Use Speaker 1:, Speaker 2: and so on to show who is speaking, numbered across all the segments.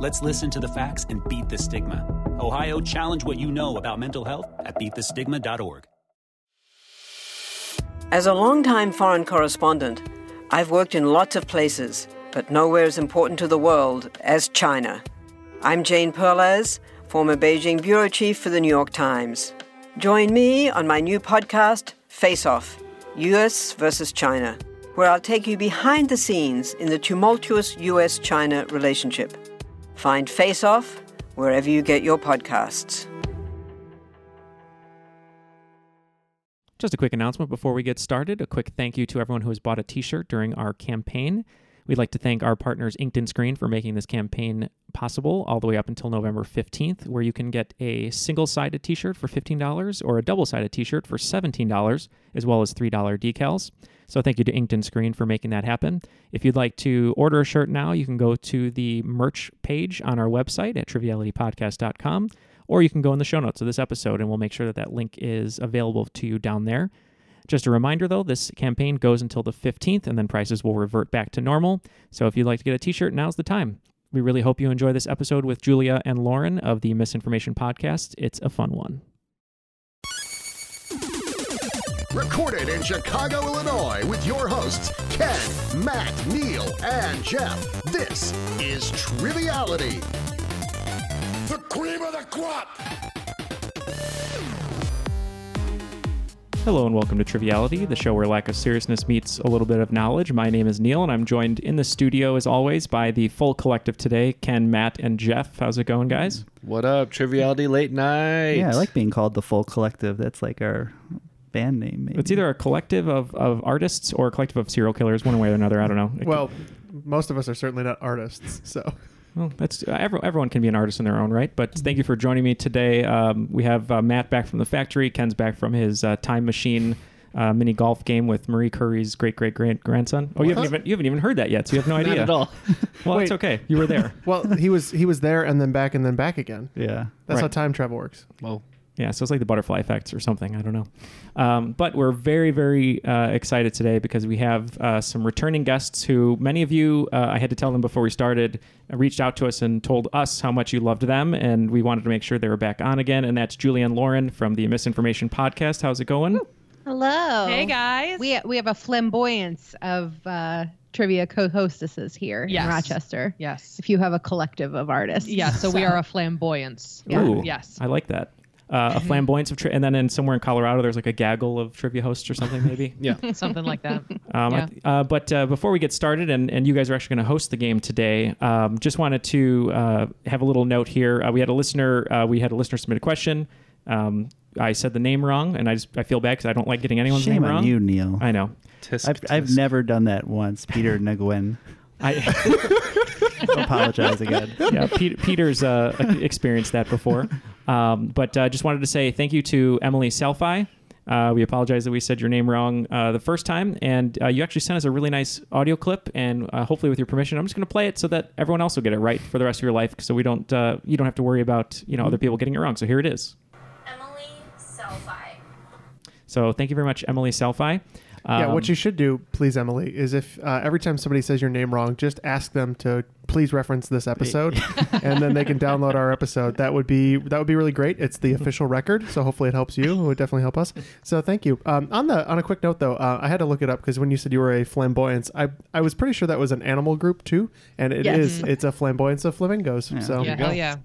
Speaker 1: Let's listen to the facts and beat the stigma. Ohio, challenge what you know about mental health at beatthestigma.org.
Speaker 2: As a long-time foreign correspondent, I've worked in lots of places, but nowhere as important to the world as China. I'm Jane Perlez, former Beijing bureau chief for the New York Times. Join me on my new podcast, Face Off US versus China, where I'll take you behind the scenes in the tumultuous US China relationship. Find Face Off wherever you get your podcasts.
Speaker 3: Just a quick announcement before we get started. A quick thank you to everyone who has bought a t shirt during our campaign. We'd like to thank our partners, Inked and Screen, for making this campaign possible all the way up until November 15th, where you can get a single sided t shirt for $15 or a double sided t shirt for $17, as well as $3 decals. So thank you to Inked and Screen for making that happen. If you'd like to order a shirt now, you can go to the merch page on our website at trivialitypodcast.com, or you can go in the show notes of this episode and we'll make sure that that link is available to you down there. Just a reminder though, this campaign goes until the 15th and then prices will revert back to normal. So if you'd like to get a t shirt, now's the time. We really hope you enjoy this episode with Julia and Lauren of the Misinformation Podcast. It's a fun one.
Speaker 4: Recorded in Chicago, Illinois, with your hosts, Ken, Matt, Neil, and Jeff. This is Triviality. The cream of the crop!
Speaker 3: Hello and welcome to Triviality, the show where lack of seriousness meets a little bit of knowledge. My name is Neil and I'm joined in the studio as always by the full collective today Ken, Matt, and Jeff. How's it going, guys?
Speaker 5: What up, Triviality Late Night?
Speaker 6: Yeah, I like being called the Full Collective. That's like our band name. Maybe.
Speaker 3: It's either a collective of, of artists or a collective of serial killers, one way or another. I don't know. It
Speaker 7: Well, most of us are certainly not artists, so
Speaker 3: Well, that's uh, every- everyone can be an artist in their own right. But thank you for joining me today. Um, we have uh, Matt back from the factory. Ken's back from his uh, time machine uh, mini golf game with Marie Curie's great great grand grandson. Oh, you haven't even you haven't even heard that yet, so you have no idea
Speaker 5: at all.
Speaker 3: Well, it's
Speaker 7: Wait.
Speaker 3: okay. You were there.
Speaker 7: well, he was he was there and then back and then back again.
Speaker 6: yeah.
Speaker 7: That's how
Speaker 3: Right.
Speaker 7: time travel works.
Speaker 5: Well,
Speaker 3: Yeah, so it's like the butterfly effect or something. I don't know. Um, but we're very, very uh, excited today because we have uh, some returning guests who many of you, uh, I had to tell them before we started, uh, reached out to us and told us how much you loved them. And we wanted to make sure they were back on again. And that's Julianne Lauren from the Misinformation Podcast. How's it going?
Speaker 8: Hello.
Speaker 9: Hey guys.
Speaker 8: We we have a flamboyance of uh, trivia co-hostesses here
Speaker 9: Yes.
Speaker 8: in Rochester.
Speaker 9: yes.
Speaker 8: If you have a collective of artists.
Speaker 9: Yeah, so we are a flamboyance.
Speaker 8: Yeah.
Speaker 3: Ooh,
Speaker 9: Yes.
Speaker 3: I like that. Uh, a flamboyance of, tri- and then in somewhere in Colorado, there's like a gaggle of trivia hosts or something, maybe.
Speaker 5: yeah.
Speaker 9: Something like that.
Speaker 3: Um, I
Speaker 9: Yeah.
Speaker 3: th- uh, but uh, before we get started, and, and you guys are actually going to host the game today, um, just wanted to uh, have a little note here. Uh, we had a listener. Uh, we had a listener submit a question. Um, I said the name wrong, and I just I feel bad because I don't like getting anyone's
Speaker 6: Shame
Speaker 3: name
Speaker 6: on
Speaker 3: wrong.
Speaker 6: you, Neil.
Speaker 3: I know.
Speaker 5: Tisk,
Speaker 6: I've, I've
Speaker 5: tisk.
Speaker 6: never done that once. Peter Nguyen.
Speaker 3: I
Speaker 6: Apologize again.
Speaker 3: yeah, Peter, Peter's uh, experienced that before. Um, but uh, just wanted to say thank you to Emily Selfie. Uh, we apologize that we said your name wrong uh, the first time, and uh, you actually sent us a really nice audio clip. And uh, hopefully, with your permission, I'm just going to play it so that everyone else will get it right for the rest of your life, so we don't uh, you don't have to worry about you know other people getting it wrong. So here it is.
Speaker 10: Emily Selfie.
Speaker 3: So thank you very much, Emily Selfie.
Speaker 7: yeah,
Speaker 3: Um,
Speaker 7: what you should do, please, Emily, is if uh, every time somebody says your name wrong, just ask them to please reference this episode, and then they can download our episode. That would be that would be really great. It's the official record, so hopefully it helps you. It would definitely help us. So thank you. Um, on the on a quick note though, uh, I had to look it up because when you said you were a flamboyance, I I was pretty sure that was an animal group too, and it is
Speaker 8: Yes.
Speaker 7: it's a flamboyance of flamingos. So
Speaker 9: yeah, hell yeah.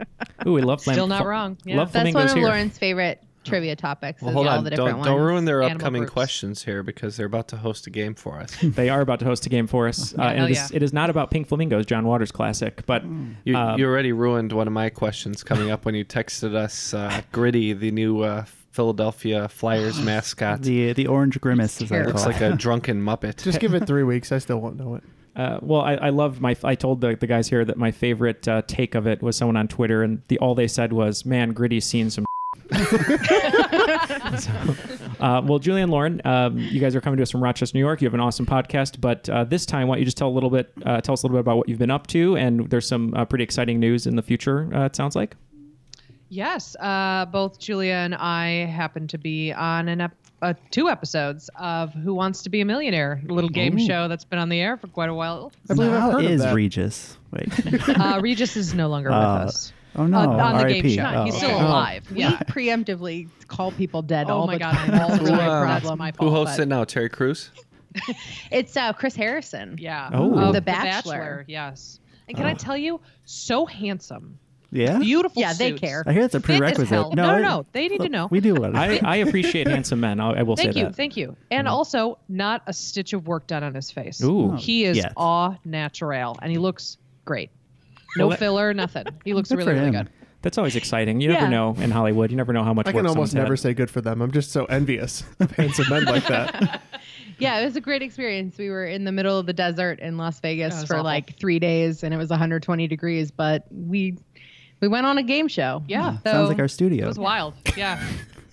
Speaker 3: Ooh, we love flam-
Speaker 9: Still not
Speaker 3: fl-
Speaker 9: wrong. Yeah.
Speaker 3: Love
Speaker 9: That's
Speaker 8: That's
Speaker 3: flamingos
Speaker 8: one of
Speaker 3: here.
Speaker 8: Lauren's favorite trivia topics.
Speaker 5: Well,
Speaker 8: is
Speaker 5: hold
Speaker 8: all
Speaker 5: on.
Speaker 8: the
Speaker 5: Don't,
Speaker 8: different
Speaker 5: don't
Speaker 8: ones.
Speaker 5: ruin their
Speaker 9: Animal
Speaker 5: upcoming
Speaker 9: groups.
Speaker 5: questions here because they're about to host a game for us.
Speaker 3: They are about to host a game for us, uh, and
Speaker 9: hell
Speaker 3: it is,
Speaker 9: yeah.
Speaker 3: it is not about Pink Flamingos, John Waters' classic, but
Speaker 5: You,
Speaker 3: Um,
Speaker 5: you already ruined one of my questions coming up when you texted us uh, Gritty, the new uh, Philadelphia Flyers mascot.
Speaker 6: The the orange grimace, as I
Speaker 8: Terrible.
Speaker 6: call
Speaker 5: Looks
Speaker 6: it.
Speaker 5: like a drunken Muppet.
Speaker 7: just give it three weeks. I still won't know it.
Speaker 3: Uh, well, I, I love my. I told the, the guys here that my favorite uh, take of it was someone on Twitter, and the all they said was, "Man, Gritty's seen some." So, uh, well, Julianne Lauren, um, you guys are coming to us from Rochester, New York. You have an awesome podcast, but uh, this time, why don't you just tell a little bit, uh, tell us a little bit about what you've been up to, and there's some uh, pretty exciting news in the future. Uh, it sounds like.
Speaker 9: Yes, uh, both Julia and I happen to be on an ep- uh, two episodes of Who Wants to Be a Millionaire, a little game
Speaker 6: Ooh.
Speaker 9: show that's been on the air for quite a while.
Speaker 6: Now
Speaker 9: heard of
Speaker 6: is
Speaker 9: that.
Speaker 6: Regis. Wait.
Speaker 9: Uh, Regis is no longer
Speaker 6: Uh,
Speaker 9: with us.
Speaker 6: Oh no!
Speaker 9: On- on the game
Speaker 6: RIP.
Speaker 9: show.
Speaker 6: Oh,
Speaker 9: He's
Speaker 6: okay.
Speaker 9: still alive.
Speaker 8: We
Speaker 9: Yeah.
Speaker 8: preemptively call people dead
Speaker 9: Oh
Speaker 8: all
Speaker 9: my
Speaker 8: the
Speaker 9: God,
Speaker 8: time.
Speaker 9: I'm all
Speaker 8: That's
Speaker 9: the
Speaker 8: my
Speaker 9: time.
Speaker 8: problem.
Speaker 9: That's my
Speaker 5: Who
Speaker 9: fault,
Speaker 5: hosts
Speaker 9: but-
Speaker 5: it now? Terry Crews.
Speaker 8: It's uh, Chris Harrison.
Speaker 9: Yeah.
Speaker 5: Oh.
Speaker 8: Of
Speaker 9: Of
Speaker 8: The Bachelor.
Speaker 9: Yes. And can I tell you, so handsome.
Speaker 6: Yeah.
Speaker 9: Beautiful.
Speaker 8: Yeah, they
Speaker 9: suits.
Speaker 8: care.
Speaker 6: I hear that's a
Speaker 9: Fit as
Speaker 6: prerequisite.
Speaker 9: hell.
Speaker 6: No,
Speaker 9: No, no,
Speaker 6: I-
Speaker 9: no. They need to know.
Speaker 6: We do a lot of.
Speaker 3: I, I appreciate handsome men. I, I will
Speaker 9: Thank
Speaker 3: say
Speaker 9: you,
Speaker 3: that.
Speaker 9: thank you, and also not a stitch of work done on his face.
Speaker 3: Ooh. Oh,
Speaker 9: he is
Speaker 3: yes.
Speaker 9: all natural, and he looks great. No
Speaker 3: Well, that-
Speaker 9: filler, nothing. He looks
Speaker 3: Good
Speaker 9: really,
Speaker 3: for
Speaker 9: really
Speaker 3: him.
Speaker 9: good.
Speaker 3: That's always exciting. You
Speaker 9: Yeah.
Speaker 3: never know in Hollywood. You never know how much
Speaker 7: I
Speaker 3: work
Speaker 7: can almost
Speaker 3: someone's
Speaker 7: never
Speaker 3: had.
Speaker 7: say good for them. I'm just so envious of handsome men like that.
Speaker 8: Yeah, it was a great experience. We were in the middle of the desert in Las
Speaker 9: That
Speaker 8: Vegas
Speaker 9: was
Speaker 8: for
Speaker 9: awful.
Speaker 8: like three days, and it was 120 degrees. But we we went on a game show.
Speaker 9: Yeah,
Speaker 6: sounds
Speaker 9: so
Speaker 6: like our studio.
Speaker 9: It was wild. Yeah,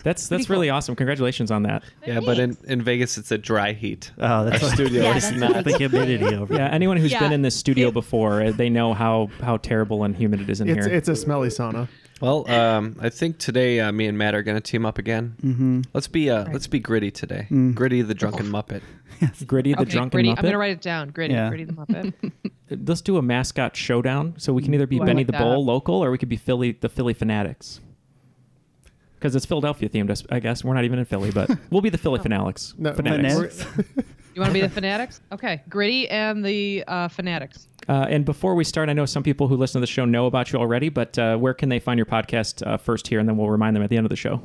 Speaker 3: That's that's really awesome. Congratulations on that.
Speaker 5: Yeah, but in, in Vegas it's a dry heat.
Speaker 6: Oh, that's
Speaker 5: Our studio
Speaker 6: yeah,
Speaker 5: is
Speaker 6: that's
Speaker 5: not.
Speaker 6: the humidity over.
Speaker 3: Yeah, anyone who's
Speaker 9: Yeah.
Speaker 3: been in this studio before, uh, they know how how terrible and humid it is in
Speaker 7: It's
Speaker 3: here.
Speaker 7: it's a smelly sauna.
Speaker 5: Well, um, I think today uh, me and Matt are gonna team up again. Mm-hmm. Let's be uh, let's be gritty today.
Speaker 6: Mm.
Speaker 5: Gritty the drunken muppet.
Speaker 3: Gritty the
Speaker 9: okay,
Speaker 3: drunken
Speaker 9: gritty.
Speaker 3: muppet.
Speaker 9: I'm gonna write it down. Gritty,
Speaker 6: Yeah.
Speaker 9: gritty the Muppet.
Speaker 3: Let's do a mascot showdown. So we can either be
Speaker 9: Ooh, I
Speaker 3: Benny
Speaker 9: like
Speaker 3: the
Speaker 9: that.
Speaker 3: Bull local, or we could be Philly the Philly Fanatics. Because it's Philadelphia themed, I s- I guess. We're not even in Philly, but we'll be the Philly Fanatics.
Speaker 7: No,
Speaker 3: fanatics.
Speaker 7: we're-
Speaker 9: You want to be the fanatics? Okay, gritty and the uh, fanatics.
Speaker 3: Uh, and before we start, I know some people who listen to the show know about you already, but uh, where can they find your podcast uh, first here, and then we'll remind them at the end of the show.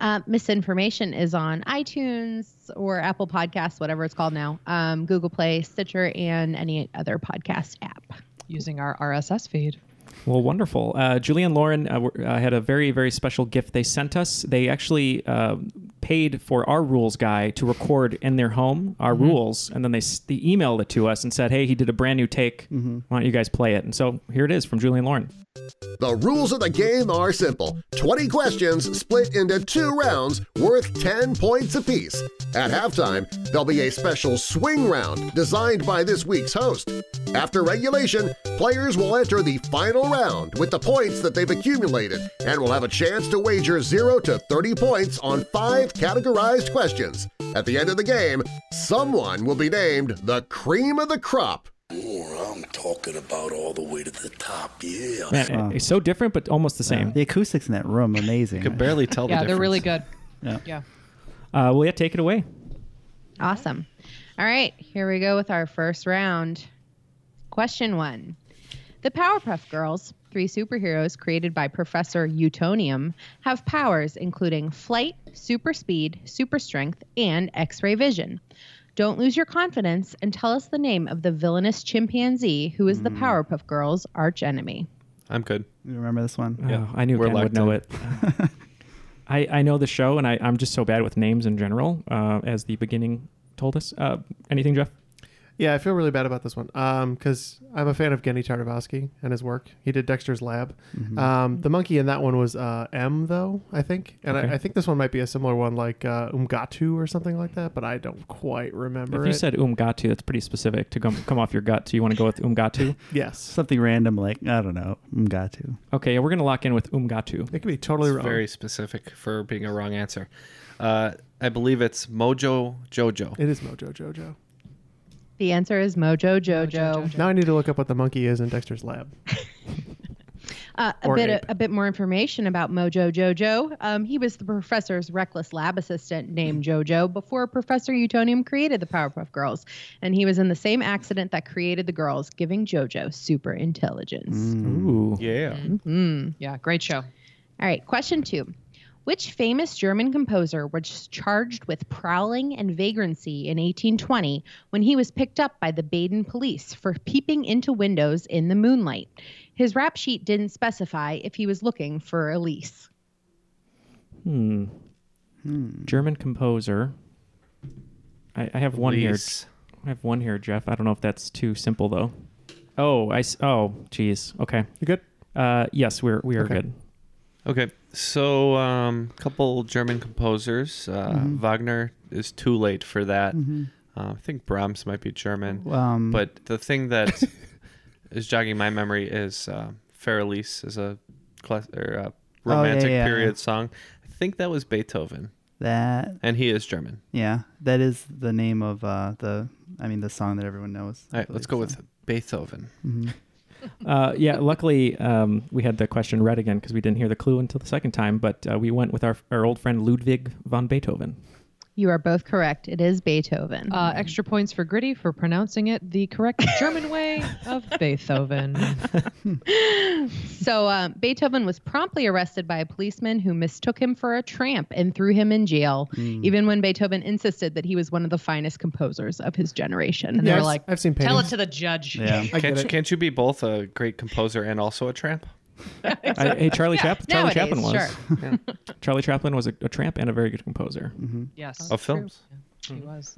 Speaker 8: Uh, Misinformation is on iTunes or Apple Podcasts, whatever it's called now, um, Google Play, Stitcher, and any other podcast app.
Speaker 9: Using our RSS feed.
Speaker 3: Well, wonderful. Uh, Julie and Lauren uh, were- uh, had a very, very special gift they sent us. They actually uh, paid for our rules guy to record in their home our
Speaker 6: Mm-hmm.
Speaker 3: rules, and then they, s- they emailed it to us and said, hey, he did a brand new take.
Speaker 6: Mm-hmm.
Speaker 3: Why don't you guys play it? And so here it is from Julie and Lauren.
Speaker 4: The rules of the game are simple 20 questions split into two rounds worth 10 points apiece. At halftime, there'll be a special swing round designed by this week's host. After regulation, players will enter the final round with the points that they've accumulated and will have a chance to wager 0 to 30 points on five categorized questions. At the end of the game, someone will be named the cream of the crop.
Speaker 11: Oh, I'm talking about all the way to the top, yeah.
Speaker 3: Man,
Speaker 6: Wow.
Speaker 3: It's so different, but almost the same.
Speaker 6: The acoustics in that room, amazing.
Speaker 5: Could barely tell the
Speaker 9: yeah,
Speaker 5: difference.
Speaker 9: they're really good.
Speaker 6: Yeah.
Speaker 9: yeah.
Speaker 3: Uh, well, yeah, take it away.
Speaker 8: Awesome. All right, here we go with our first round. Question one The Powerpuff Girls, three superheroes created by Professor Utonium, have powers including flight, super speed, super strength, and x ray vision. Don't lose your confidence and tell us the name of the villainous chimpanzee who is the Powerpuff Girls' arch enemy.
Speaker 5: I'm good.
Speaker 6: You remember this one?
Speaker 5: Yeah.
Speaker 3: Oh, I knew
Speaker 5: We're
Speaker 3: Ken would
Speaker 5: locked
Speaker 3: know
Speaker 5: in.
Speaker 3: it. I, I know the show, and I, I'm just so bad with names in general, uh, as the beginning told us. Uh, anything, Jeff?
Speaker 7: Yeah, I feel really bad about this one because I'm a fan of Genny Tartakovsky and his work. He did Dexter's Lab.
Speaker 5: Mm-hmm.
Speaker 7: Um, the monkey in that one was uh, M, though, I think. And
Speaker 3: Okay.
Speaker 7: I, I think this one might be a similar one like uh, Umgatu or something like that, but I don't quite remember
Speaker 3: If you
Speaker 7: it.
Speaker 3: said umgatu, that's pretty specific to come, come off your gut. So you want to go with umgatu?
Speaker 7: yes.
Speaker 6: Something random like I don't know. Got to.
Speaker 3: Okay, yeah, we're gonna lock in with umgatu.
Speaker 7: It could be totally wrong.
Speaker 5: Very specific for being a wrong answer. Uh, I believe it's Mojo Jojo.
Speaker 7: It is Mojo Jojo.
Speaker 8: The answer is Mojo Jojo.
Speaker 7: Now I need to look up what the monkey is in Dexter's Lab.
Speaker 8: Uh, a
Speaker 7: Or
Speaker 8: bit
Speaker 7: ape.
Speaker 8: a, bit more information about Mojo Jojo. Um, he was the professor's reckless lab assistant named Jojo before Professor Utonium created the Powerpuff Girls, and he was in the same accident that created the girls, giving Jojo super intelligence.
Speaker 3: Ooh,
Speaker 5: Yeah.
Speaker 9: Mm-hmm. Yeah, great show.
Speaker 8: All right, question two. Which famous German composer was charged with prowling and vagrancy in 1820 when he was picked up by the Baden police for peeping into windows in the moonlight? His rap sheet didn't specify if he was looking for Elise.
Speaker 3: German Hmm. composer. I, I have one
Speaker 5: Elise.
Speaker 3: here. I have one here, Jeff. I don't know if that's too simple though. Oh, I. s- Oh, geez. Okay. You
Speaker 7: good?
Speaker 3: Uh, yes, we're we are
Speaker 5: Okay.
Speaker 3: good.
Speaker 5: Okay, so a um, couple German composers. Uh,
Speaker 6: Mhm.
Speaker 5: Wagner is too late for that.
Speaker 6: Mhm.
Speaker 5: Uh, I think Brahms might be German.
Speaker 6: Um,
Speaker 5: but the thing that is jogging my memory is uh, Feralise is a, class- or a
Speaker 6: yeah,
Speaker 5: romantic
Speaker 6: yeah, yeah.
Speaker 5: period song. I think that was Beethoven.
Speaker 6: That-
Speaker 5: and he is German.
Speaker 6: Yeah, that is the name of uh, the. I mean, the song that everyone knows.
Speaker 5: All right, let's go with Beethoven.
Speaker 3: Uh, yeah, luckily um, we had the question read again because we didn't hear the clue until the second time. But uh, we went with our our old friend Ludwig von Beethoven.
Speaker 8: You are both correct. It is Beethoven.
Speaker 9: Uh, extra points for Gritty for pronouncing it the correct German way of Beethoven.
Speaker 8: so um, Beethoven was promptly arrested by a policeman who mistook him for a tramp and threw him in jail,
Speaker 9: Mm.
Speaker 8: even when Beethoven insisted that he was one of the finest composers of his generation.
Speaker 9: And they Yeah, were I've- like,
Speaker 7: I've seen
Speaker 9: "Tell paintings." it to the judge. Yeah. I
Speaker 5: can't,
Speaker 9: get
Speaker 5: you,
Speaker 9: it.
Speaker 5: can't you be both a great composer and also a tramp?
Speaker 3: I, hey, Charlie
Speaker 5: Yeah,
Speaker 3: Chap- Charlie
Speaker 5: nowadays,
Speaker 3: Chaplin was.
Speaker 5: sure. Yeah.
Speaker 3: Charlie Chaplin was a, a tramp and a very good composer.
Speaker 9: Yes.
Speaker 3: Of films.
Speaker 9: She was.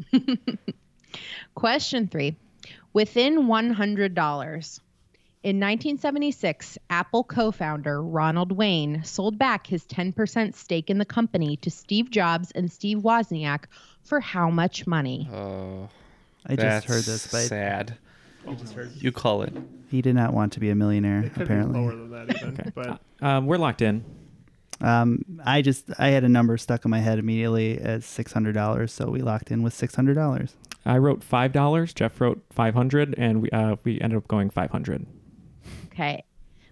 Speaker 8: Question three Within $100. In 1976, Apple co founder Ronald Wayne sold back his 10% stake in the company to Steve Jobs and Steve Wozniak for how much money?
Speaker 3: Uh.
Speaker 5: Oh,
Speaker 6: I just heard this, but-
Speaker 5: sad. You call it.
Speaker 6: He did not want to be a millionaire. apparently,
Speaker 3: um, we're locked in.
Speaker 6: Um, I just I had a number stuck in my head immediately as six hundred dollars, so we locked in with six hundred dollars.
Speaker 3: I wrote five dollars. Jeff wrote five hundred, and we uh, we ended up going five hundred.
Speaker 8: Okay.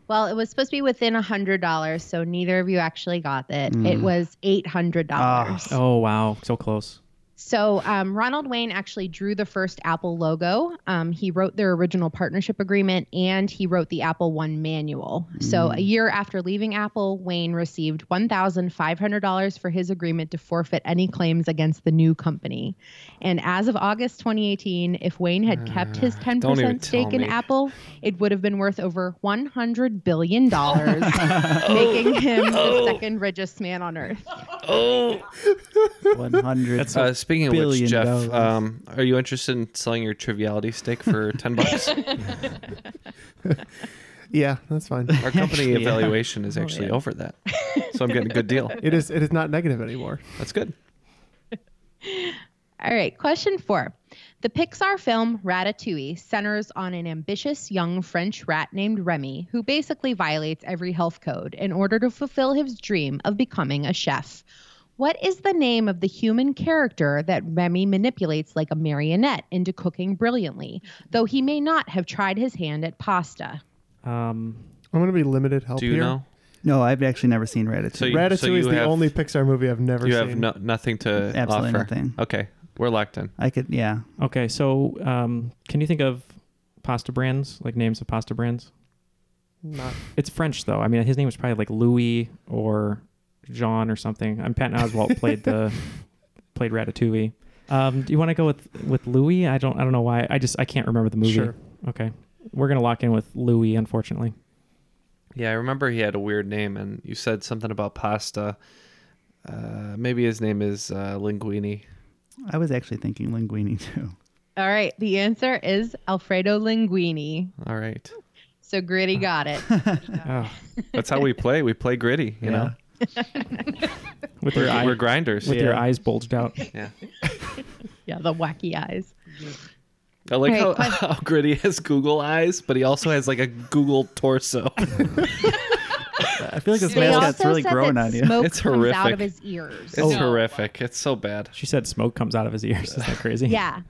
Speaker 8: Well, it was supposed to be within $100, so neither of you actually got it.
Speaker 3: Mm.
Speaker 8: It was $800.
Speaker 7: Ah.
Speaker 3: Oh wow, so close.
Speaker 8: So um, Ronald Wayne actually drew the first Apple logo. Um, he wrote their original partnership agreement and he wrote the Apple One manual. So
Speaker 12: Mm.
Speaker 8: a year after leaving Apple, Wayne received $1,500 for his agreement to forfeit any claims against the new company. And as of August 2018, if Wayne had kept his
Speaker 12: Ah, don't even
Speaker 8: 10% stake
Speaker 12: tell
Speaker 8: in
Speaker 12: me.
Speaker 8: Apple, it would have been worth over $100 billion, making him the
Speaker 5: Oh.
Speaker 8: second richest man on earth.
Speaker 5: Oh,
Speaker 6: one hundred.
Speaker 5: Uh, speaking of
Speaker 6: billion
Speaker 5: which, Jeff,
Speaker 6: dollars.
Speaker 5: um, are you interested in selling your triviality stake for ten bucks?
Speaker 7: Yeah, that's fine.
Speaker 5: Our company evaluation
Speaker 8: Oh,
Speaker 5: is actually over that, so I'm getting a good deal.
Speaker 7: It is. It is not negative anymore.
Speaker 5: That's good.
Speaker 8: All right, question four. The Pixar film Ratatouille centers on an ambitious young French rat named Remy who basically violates every health code in order to fulfill his dream of becoming a chef. What is the name of the human character that Remy manipulates like a marionette into cooking brilliantly, though he may not have tried his hand at pasta?
Speaker 3: Um,
Speaker 7: I'm going to be limited help
Speaker 5: Do you
Speaker 7: here.
Speaker 5: know?
Speaker 6: No, I've actually never seen Ratatouille.
Speaker 5: So you-
Speaker 7: Ratatouille
Speaker 5: so you
Speaker 7: is the
Speaker 5: have-
Speaker 7: only Pixar movie I've never
Speaker 5: you
Speaker 7: seen.
Speaker 5: have no, nothing to
Speaker 6: Absolutely
Speaker 5: offer.
Speaker 6: nothing.
Speaker 5: Okay, we're locked in.
Speaker 6: I could, yeah.
Speaker 3: Okay, so um, can you think of pasta brands like names of pasta brands?
Speaker 7: Not-
Speaker 3: It's French though. I mean, his name was probably like Louis or Jean or something. I'm Patton Oswalt played the played Ratatouille. Um, do you want to go with with Louis? I don't. I don't know why. I just I can't remember the movie.
Speaker 5: Sure.
Speaker 3: Okay. We're gonna lock in with Louis, unfortunately.
Speaker 5: Yeah, I remember he had a weird name, and you said something about pasta. Uh, maybe his name is uh, Linguini.
Speaker 6: I was actually thinking linguini too.
Speaker 8: All right, the answer is Alfredo Linguini.
Speaker 5: All right,
Speaker 8: So Gritty got it. Oh.
Speaker 5: that's how we play. We play gritty, you know.
Speaker 3: With
Speaker 5: we're,
Speaker 3: your eye-
Speaker 5: we're grinders.
Speaker 3: with your eyes bulged out.
Speaker 5: Yeah.
Speaker 8: yeah, the wacky eyes.
Speaker 5: I like
Speaker 8: All right,
Speaker 5: how,
Speaker 8: question-
Speaker 5: how Gritty has Google eyes, but he also has like a Google torso.
Speaker 6: I feel like
Speaker 8: this They mascot's also really said growing that on you. smoke comes out of his ears.
Speaker 5: It's
Speaker 8: Oh.
Speaker 5: horrific. It's so bad.
Speaker 3: She said smoke comes out of his ears. Is that crazy?
Speaker 8: Yeah,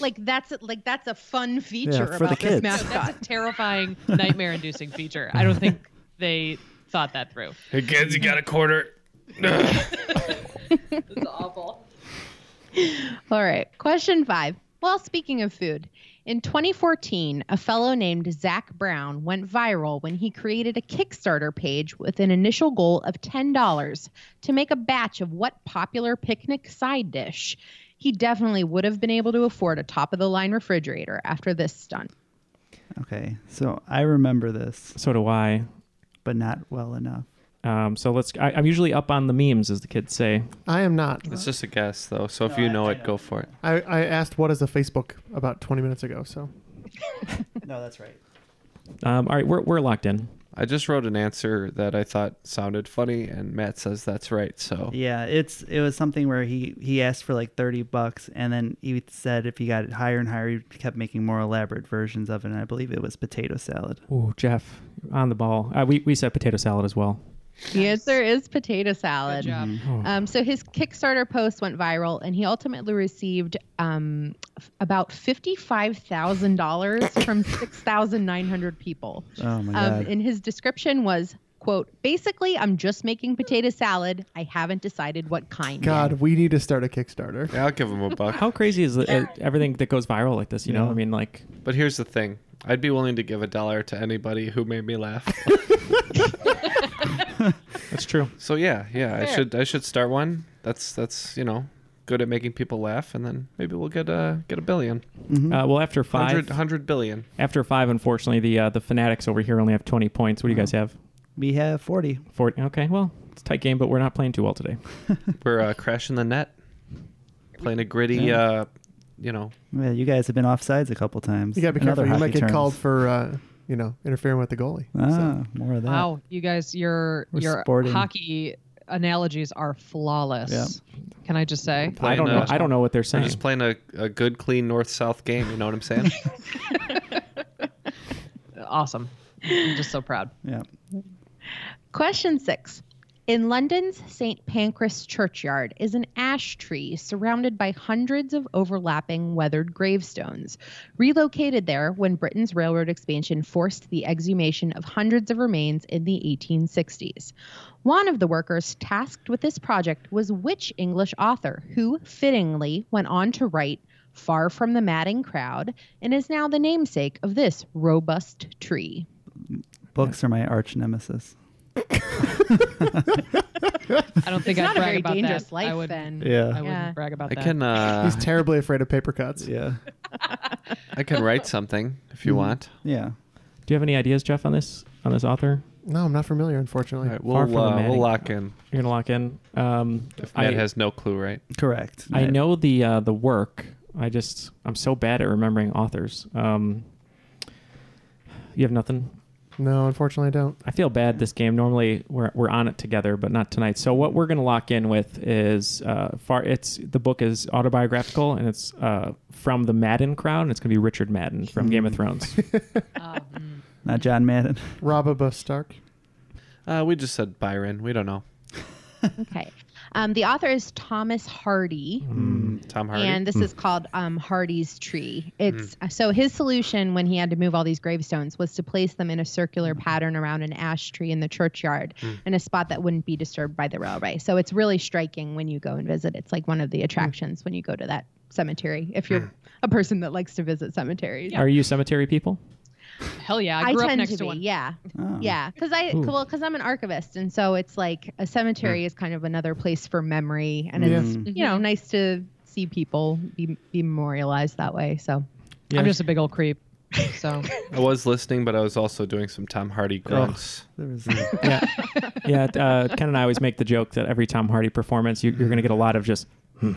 Speaker 8: like that's like that's a fun feature
Speaker 3: for the
Speaker 8: about
Speaker 3: kids.
Speaker 8: this
Speaker 3: No,
Speaker 8: mascot.
Speaker 9: That's a terrifying, nightmare-inducing feature. I don't think they thought that through.
Speaker 5: Hey kids, you got a quarter?
Speaker 9: It's awful.
Speaker 8: All right, question five. Well, speaking of food, in 2014, a fellow named Zach Brown went viral when he created a Kickstarter page with an initial goal of $10 to make a batch of what popular picnic side dish. He definitely would have been able to afford a top of the line refrigerator after this stunt.
Speaker 6: Okay, so I remember this.
Speaker 3: So do I.
Speaker 6: But not well enough.
Speaker 3: Um, so let's. I, I'm usually up on the memes, as the kids say.
Speaker 7: I am not.
Speaker 5: It's just a guess, though. So if you know it, go for it.
Speaker 7: I, I asked what is a Facebook about 20 minutes ago. So
Speaker 6: no, that's right.
Speaker 3: Um, all right, we're we're locked in.
Speaker 5: I just wrote an answer that I thought sounded funny, and Matt says that's right.
Speaker 3: Oh.
Speaker 5: So
Speaker 6: Yeah, it's it was something where he he asked for like thirty bucks, and then he said if he got it higher and higher, he kept making more elaborate versions of it. And I believe it was potato salad.
Speaker 3: Oh, Jeff, on the ball. Uh, we we said potato salad as well.
Speaker 8: The answer is potato salad.
Speaker 3: job.
Speaker 6: Mm-hmm.
Speaker 3: Mhm.
Speaker 8: Um, so his Kickstarter post went viral, and he ultimately received um, f- about fifty-five thousand dollars from six thousand nine hundred people.
Speaker 6: Oh my
Speaker 8: Um,
Speaker 6: god!
Speaker 8: and his description was, "quote Basically, I'm just making potato salad. I haven't decided what kind."
Speaker 7: God,
Speaker 8: yet."
Speaker 7: we need to start a Kickstarter.
Speaker 5: Yeah, I'll give him a buck.
Speaker 3: How crazy is the, uh, everything that goes viral like this? You know, I mean, like
Speaker 5: But here's the thing: I'd be willing to give a dollar to anybody who made me laugh.
Speaker 3: that's true.
Speaker 5: so yeah, yeah, I
Speaker 8: Fair.
Speaker 5: should I should start one. That's that's you know good at making people laugh, and then maybe we'll get a get a billion.
Speaker 6: Mm-hmm.
Speaker 3: Uh, well, after five,
Speaker 5: 100, 100 billion.
Speaker 3: after five, unfortunately, the uh, the fanatics over here only have twenty points. What do you guys have?
Speaker 6: Uh-huh. We have forty.
Speaker 3: Forty. Okay, well, it's a tight game, but we're not playing too well today.
Speaker 5: We're uh, crashing the net, playing a gritty.
Speaker 6: Yeah.
Speaker 5: Uh, you know,
Speaker 6: Well, you guys have been off sides a couple times.
Speaker 7: You got to be careful.
Speaker 6: Another
Speaker 7: You
Speaker 6: hockey
Speaker 7: might get
Speaker 6: terms.
Speaker 7: called for, uh, you know, interfering with the goalie.
Speaker 6: Ah, more of that.
Speaker 9: Wow, you guys, your
Speaker 6: We're
Speaker 9: your
Speaker 6: sporting.
Speaker 9: hockey analogies are flawless. Can I just say?
Speaker 3: I don't
Speaker 5: Playing,
Speaker 3: know.
Speaker 5: uh,
Speaker 3: I don't know what they're
Speaker 5: we're
Speaker 3: saying.
Speaker 5: just playing a, a good, clean north south game. You know what I'm saying?
Speaker 9: Awesome. I'm just so proud.
Speaker 6: Yeah.
Speaker 8: Question six. In London's St. Pancras Churchyard is an ash tree surrounded by hundreds of overlapping weathered gravestones, relocated there when Britain's railroad expansion forced the exhumation of hundreds of remains in the 1860s. One of the workers tasked with this project was which English author, who fittingly went on to write Far from the Madding Crowd and is now the namesake of this robust tree.
Speaker 6: Books are my arch nemesis.
Speaker 9: I don't think
Speaker 8: It's
Speaker 9: I'd
Speaker 8: not a
Speaker 9: brag
Speaker 8: very
Speaker 9: about
Speaker 8: dangerous
Speaker 9: that.
Speaker 8: life,
Speaker 9: I would,
Speaker 8: then.
Speaker 6: Yeah.
Speaker 9: I wouldn't
Speaker 8: Yeah.
Speaker 9: brag about
Speaker 5: I
Speaker 9: that.
Speaker 5: can uh,
Speaker 7: He's terribly afraid of paper cuts.
Speaker 6: Yeah.
Speaker 5: I can write something if you
Speaker 7: Hmm.
Speaker 5: want.
Speaker 6: Yeah.
Speaker 3: Do you have any ideas, Jeff, on this on this author?
Speaker 7: No, I'm not familiar, unfortunately.
Speaker 5: All right,
Speaker 3: Far
Speaker 5: we'll
Speaker 3: from the
Speaker 5: uh, we'll
Speaker 3: Manning.
Speaker 5: lock in.
Speaker 3: You're gonna lock in. Um,
Speaker 5: If
Speaker 3: I,
Speaker 5: Matt has no clue, right?
Speaker 6: Correct.
Speaker 3: I
Speaker 6: Matt.
Speaker 3: know the uh, the work. I just I'm so bad at remembering authors. Um, you have nothing.
Speaker 7: No, unfortunately, I don't.
Speaker 3: I feel bad this game. Normally we're we're on it together, but not tonight. So what we're gonna lock in with is uh, far. It's the book is autobiographical and it's uh, from the Madden crowd. And it's gonna be Richard Madden from Game of Thrones.
Speaker 6: Mm. Not John Madden.
Speaker 7: Robaba Stark.
Speaker 5: Uh, we just said Byron. We don't know.
Speaker 8: Okay. Um, the author is Thomas Hardy,
Speaker 5: Tom Hardy. Hmm.
Speaker 8: and
Speaker 3: Hmm.
Speaker 8: this is called um, Hardy's Tree. It's uh, so his solution when he had to move all these gravestones was to place them in a circular pattern around an ash tree in the churchyard
Speaker 3: Mm.
Speaker 8: in a spot that wouldn't be disturbed by the railway. So it's really striking when you go and visit. It's like one of the attractions when you go to that cemetery if you're a person that likes to visit cemeteries.
Speaker 3: Are you cemetery people?
Speaker 9: Hell yeah. I
Speaker 8: I
Speaker 9: grew up
Speaker 8: tend
Speaker 9: next
Speaker 8: to
Speaker 9: to,
Speaker 8: be,
Speaker 9: one.
Speaker 8: yeah,
Speaker 6: Oh.
Speaker 8: yeah, because I
Speaker 3: Ooh.
Speaker 8: well, because I'm an archivist, and so it's like a cemetery is kind of another place for memory, and
Speaker 7: Yeah.
Speaker 8: it's
Speaker 9: Mm-hmm.
Speaker 8: you know nice to see people be, be memorialized that way. So
Speaker 9: I'm just a big old creep. So
Speaker 5: I was listening, but I was also doing some Tom Hardy grunts.
Speaker 6: There was a-
Speaker 3: yeah, yeah. Uh, Ken and I always make the joke that every Tom Hardy performance, you, you're gonna get a lot of just Hmm.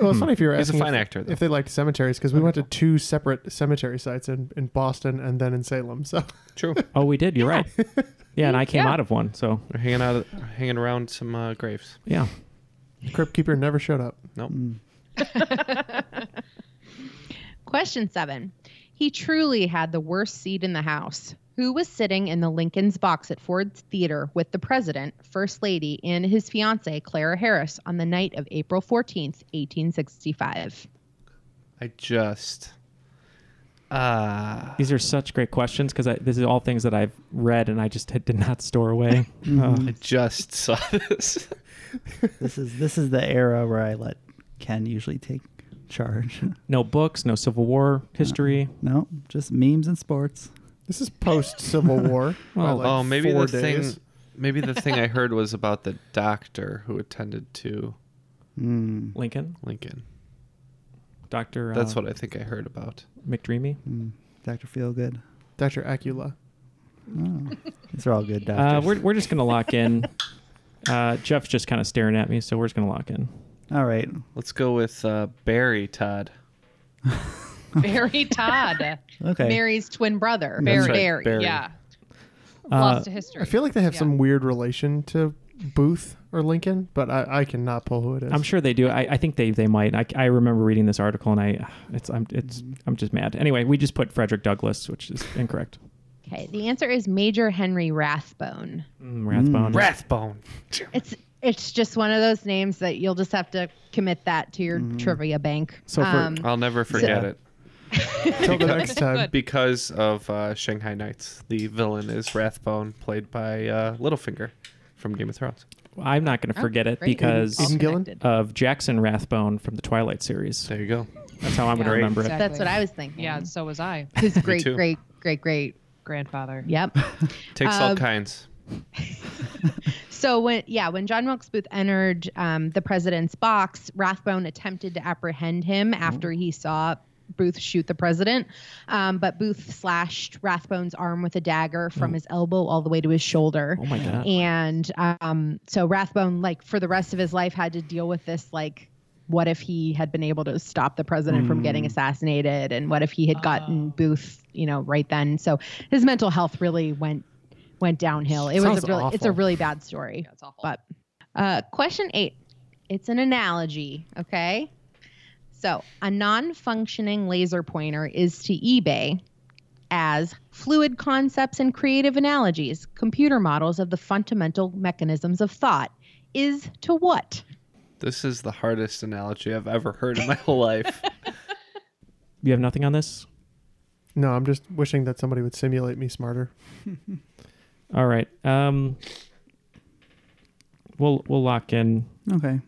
Speaker 7: Well, it's funny if you're
Speaker 5: He's a
Speaker 7: asking
Speaker 5: fine
Speaker 7: if,
Speaker 5: actor, though.
Speaker 7: if they liked cemeteries because we went to two separate cemetery sites in, in Boston and then in Salem. So
Speaker 5: True.
Speaker 3: Oh, we did. You're right. Yeah, and I came out of one. So
Speaker 5: We're hanging out, hanging around some uh, graves.
Speaker 3: yeah,
Speaker 7: Crypt Keeper never showed up.
Speaker 5: Nope.
Speaker 3: Hmm.
Speaker 8: Question seven. He truly had the worst seat in the House. Who was sitting in the Lincoln's box at Ford's Theater with the President, First Lady, and his fiancee, Clara Harris, on the night of April 14th, 1865?
Speaker 5: I just. Uh,
Speaker 3: these are such great questions because this is all things that I've read and I just had- did not store away.
Speaker 6: Mm-hmm.
Speaker 3: Uh,
Speaker 5: I just saw this.
Speaker 6: this is this is the era where I let Ken usually take charge.
Speaker 3: no books, no Civil War history.
Speaker 6: no, just memes and sports.
Speaker 7: This is post Civil War. by,
Speaker 3: Well,
Speaker 7: like,
Speaker 5: oh, maybe
Speaker 7: four
Speaker 5: the
Speaker 7: days.
Speaker 5: thing. Maybe the thing I heard was about the doctor who attended to
Speaker 6: Mm.
Speaker 3: Lincoln,
Speaker 5: Lincoln.
Speaker 3: Doctor. uh,
Speaker 5: That's what I think I heard about.
Speaker 3: McDreamy.
Speaker 6: Dr. Hmm. Feelgood.
Speaker 7: Dr. Acula.
Speaker 6: Oh. These are all good
Speaker 3: Uh,
Speaker 6: doctors.
Speaker 3: we're we're just gonna lock in. Uh, Jeff's just kind of staring at me, so we're just gonna lock in.
Speaker 6: All right.
Speaker 5: Let's go with uh, Barry Todd.
Speaker 8: Barry Todd.
Speaker 3: Okay.
Speaker 8: Mary's twin brother.
Speaker 7: That's
Speaker 8: Barry.
Speaker 7: right,
Speaker 8: Barry.
Speaker 7: Barry.
Speaker 8: Yeah.
Speaker 7: Uh,
Speaker 8: Lost to history.
Speaker 7: I feel like they have
Speaker 8: Yeah.
Speaker 7: some weird relation to Booth or Lincoln, but I, I cannot pull who it is.
Speaker 3: I'm sure they do. I, I think they they might. I, I remember reading this article, and I it's I'm it's
Speaker 7: Mm-hmm.
Speaker 3: I'm just mad. Anyway, we just put Frederick Douglass, which is incorrect.
Speaker 8: Okay. The answer is Major Henry Rathbone.
Speaker 3: Mm, Rathbone.
Speaker 7: Hmm.
Speaker 5: Rathbone.
Speaker 8: It's it's just one of those names that you'll just have to commit that to your trivia bank.
Speaker 5: Mm-hmm.
Speaker 8: Um,
Speaker 5: So for, I'll never forget it.
Speaker 7: Till the
Speaker 5: Because-
Speaker 7: next time.
Speaker 5: Because of uh, Shanghai Knights, the villain is Rathbone, played by uh, Littlefinger from Game of Thrones.
Speaker 3: I'm not going to
Speaker 8: Oh,
Speaker 3: forget it
Speaker 8: great.
Speaker 3: because
Speaker 7: Eden Gillen?
Speaker 3: of Jackson Rathbone from the Twilight series.
Speaker 5: There you go.
Speaker 3: That's how I'm going to
Speaker 9: Yeah,
Speaker 3: remember
Speaker 9: exactly.
Speaker 8: That's what I was thinking.
Speaker 9: Yeah, so was I.
Speaker 8: His great,
Speaker 5: too.
Speaker 8: great, great, great.
Speaker 9: Grandfather.
Speaker 8: Yep.
Speaker 5: Takes all
Speaker 8: Um,
Speaker 5: kinds.
Speaker 8: So when yeah, when John Wilkes Booth entered um, the president's box, Rathbone attempted to apprehend him
Speaker 5: Oh.
Speaker 8: after he saw Booth shoot the president, um, but Booth slashed Rathbone's arm with a dagger
Speaker 5: Oh.
Speaker 8: from
Speaker 13: Mm.
Speaker 8: his elbow all the way to his shoulder.
Speaker 3: Oh my God.
Speaker 8: And um, so Rathbone, like for the rest of his life, had to deal with this like. What if he had been able to stop the president from getting assassinated? And what if he had gotten Booth, you know, right then? So his mental health really went went downhill. It was
Speaker 7: Sounds
Speaker 8: a really, it's a
Speaker 7: awful.
Speaker 8: really bad story.
Speaker 9: That's awful.
Speaker 8: But uh, question eight, it's an analogy, okay? So a non-functioning laser pointer is to eBay as fluid concepts and creative analogies, computer models of the fundamental mechanisms of thought, is to what?
Speaker 5: This is the hardest analogy I've ever heard in my whole life.
Speaker 3: You have nothing on this.
Speaker 7: No, I'm just wishing that somebody would simulate me smarter.
Speaker 3: All right. Um. We'll we'll lock in.
Speaker 6: Okay.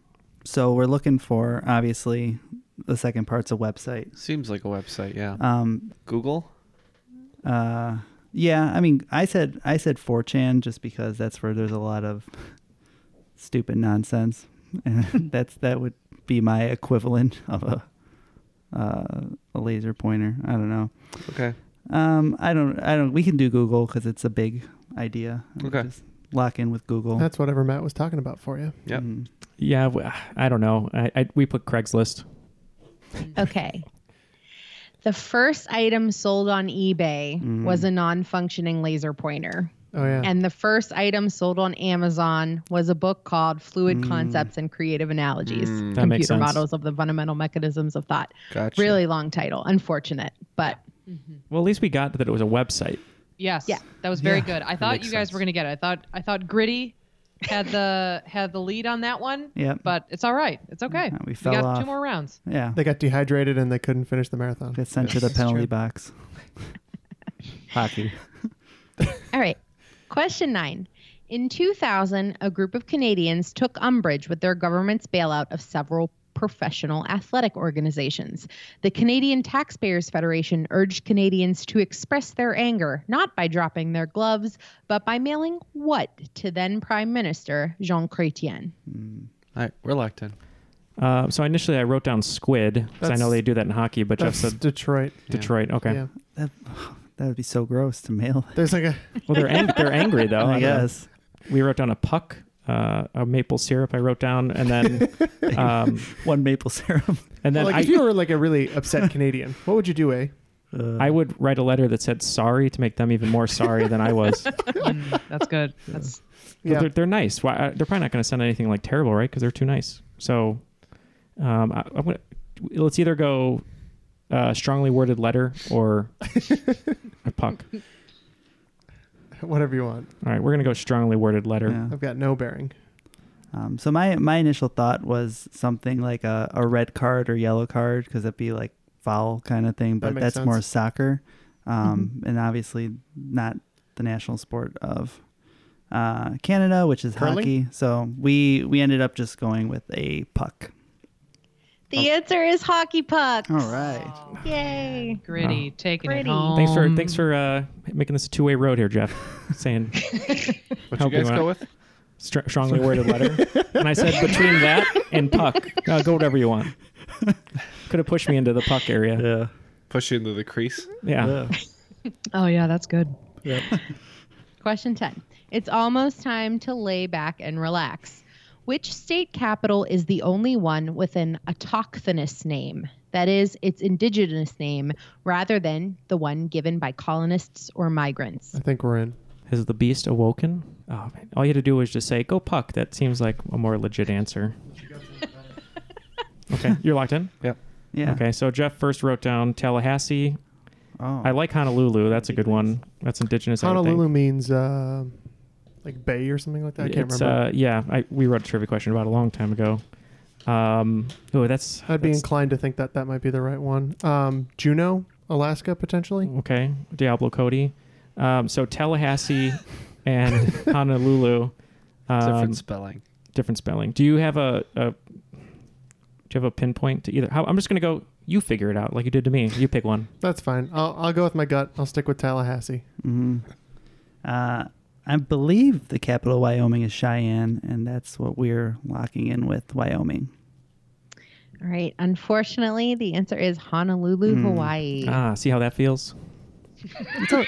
Speaker 6: So we're looking for obviously the second part's a website.
Speaker 5: Seems like a website, yeah.
Speaker 6: Um,
Speaker 5: Google?
Speaker 6: uh, yeah, I mean, I said I said 4chan just because that's where there's a lot of stupid nonsense, and that's that would be my equivalent of a uh, a laser pointer. I don't know.
Speaker 5: Okay.
Speaker 6: Um, I don't. I don't. We can do Google because it's a big idea. I would
Speaker 5: Okay.
Speaker 6: Just lock in with Google.
Speaker 7: That's whatever Matt was talking about for you.
Speaker 5: Yep.
Speaker 6: Mm-hmm.
Speaker 3: Yeah, w- I don't know. I, I we put Craigslist.
Speaker 8: Okay. The first item sold on eBay
Speaker 7: Mm-hmm.
Speaker 8: was a non-functioning laser pointer.
Speaker 7: Oh yeah.
Speaker 8: And the first item sold on Amazon was a book called Fluid Concepts and Creative Analogies
Speaker 3: That makes
Speaker 8: Computer
Speaker 3: sense.
Speaker 8: Models of the Fundamental Mechanisms of Thought.
Speaker 5: Gotcha.
Speaker 8: Really long title. Unfortunate, but
Speaker 3: Well, at least we got that it was a website.
Speaker 9: Yes.
Speaker 8: Yeah.
Speaker 9: That was very
Speaker 7: Yeah.
Speaker 9: good. I thought
Speaker 3: makes
Speaker 9: you guys
Speaker 3: sense.
Speaker 9: were gonna get it. I thought I thought Gritty had the had the lead on that one.
Speaker 6: Yep.
Speaker 9: But it's all right. It's okay.
Speaker 6: we
Speaker 9: we
Speaker 6: fell
Speaker 9: got
Speaker 6: off.
Speaker 9: two more rounds.
Speaker 6: yeah.
Speaker 7: They got dehydrated and they couldn't finish the marathon.
Speaker 6: Get sent to the penalty box.
Speaker 3: Hockey.
Speaker 8: all right. Question nine. In 2000, a group of Canadians took umbrage with their government's bailout of several professional athletic organizations. The Canadian Taxpayers Federation urged Canadians to express their anger, not by dropping their gloves, but by mailing what to then Prime Minister Jean Chrétien?
Speaker 5: All right, we're locked in.
Speaker 3: Uh, so initially, I wrote down squid because I know
Speaker 7: That's-
Speaker 3: they do that in hockey. But Jeff
Speaker 7: That's
Speaker 3: said
Speaker 7: Detroit.
Speaker 3: Detroit. Okay.
Speaker 7: Yeah.
Speaker 6: That, that would be so gross to mail.
Speaker 7: There's like a
Speaker 3: Well, they're ang- they're angry though. don't
Speaker 6: I
Speaker 3: know.
Speaker 6: guess.
Speaker 3: we wrote down a puck, uh, a maple syrup. I wrote down, and then, um,
Speaker 6: One maple syrup.
Speaker 3: and then
Speaker 7: like if you were like a really upset Canadian, what would you do, eh?
Speaker 3: I,
Speaker 6: Uh,
Speaker 3: I would write a letter that said sorry to make them even more sorry than I was. But
Speaker 9: Mm, that's good. That's
Speaker 7: Yeah.
Speaker 3: they're, they're nice. Why, uh, they're probably not going to send anything like terrible, right? Because they're too nice. So, um, I, I'm gonna, let's either go uh, strongly worded letter or a puck.
Speaker 7: Whatever you want.
Speaker 3: All right, we're gonna go strongly worded letter.
Speaker 6: Yeah.
Speaker 7: I've got no bearing.
Speaker 6: Um, so my my initial thought was something like a, a red card or yellow card because it'd be like foul kind of thing, but
Speaker 7: makes
Speaker 6: that's more
Speaker 7: sense. Mm-hmm.
Speaker 6: soccer, um, and obviously not the national sport of uh, Canada, which is
Speaker 7: Curling?
Speaker 6: hockey. So we we ended up just going with a puck.
Speaker 8: The answer is hockey pucks.
Speaker 6: All right,
Speaker 8: Yay.
Speaker 9: gritty taking
Speaker 8: Gritty.
Speaker 9: it home.
Speaker 3: Thanks for thanks for uh, making this a two way road here, Jeff. Saying
Speaker 5: What
Speaker 3: Help
Speaker 5: you guys
Speaker 3: him out.
Speaker 5: go with?
Speaker 3: str- strongly worded letter, and I said between that and puck, uh, go whatever you want. Could have pushed me into the puck area.
Speaker 5: Push you into the crease.
Speaker 3: Yeah.
Speaker 9: Oh yeah, that's good.
Speaker 8: Question 10. It's almost time to lay back and relax. Which state capital is the only one with an autochthonous name? That is, its indigenous name, rather than the one given by colonists or migrants.
Speaker 7: I think we're in.
Speaker 3: Has the beast awoken? Oh, man. All you had to do was just say, go puck. That seems like a more legit answer. okay. You're locked in?
Speaker 5: Yep.
Speaker 6: Yeah.
Speaker 3: Okay. So Jeff first wrote down Tallahassee.
Speaker 6: Oh.
Speaker 3: I like Honolulu. That's a good one. That's indigenous. I would think.
Speaker 7: Honolulu means uh, like bay or something like that. I can't
Speaker 3: It's,
Speaker 7: remember.
Speaker 3: Uh, yeah. I, we wrote a trivia question about it a long time ago. Um, oh, that's.
Speaker 7: I'd be
Speaker 3: that's-
Speaker 7: inclined to think that that might be the right one. Um, Juneau, Alaska, potentially.
Speaker 3: Okay, Diablo Cody. Um, so Tallahassee and Honolulu. Um,
Speaker 5: Different spelling.
Speaker 3: different spelling. Do you have a, a do you have a pinpoint to either? How, I'm just gonna go. You figure it out like you did to me. You pick one.
Speaker 7: That's fine. I'll, I'll go with my gut. I'll stick with Tallahassee.
Speaker 6: Mhm. Uh, I believe the capital of Wyoming is Cheyenne, and that's what we're locking in with Wyoming.
Speaker 8: All right. Unfortunately, the answer is Honolulu, Hawaii.
Speaker 3: Ah, see how that feels.
Speaker 6: It's, o-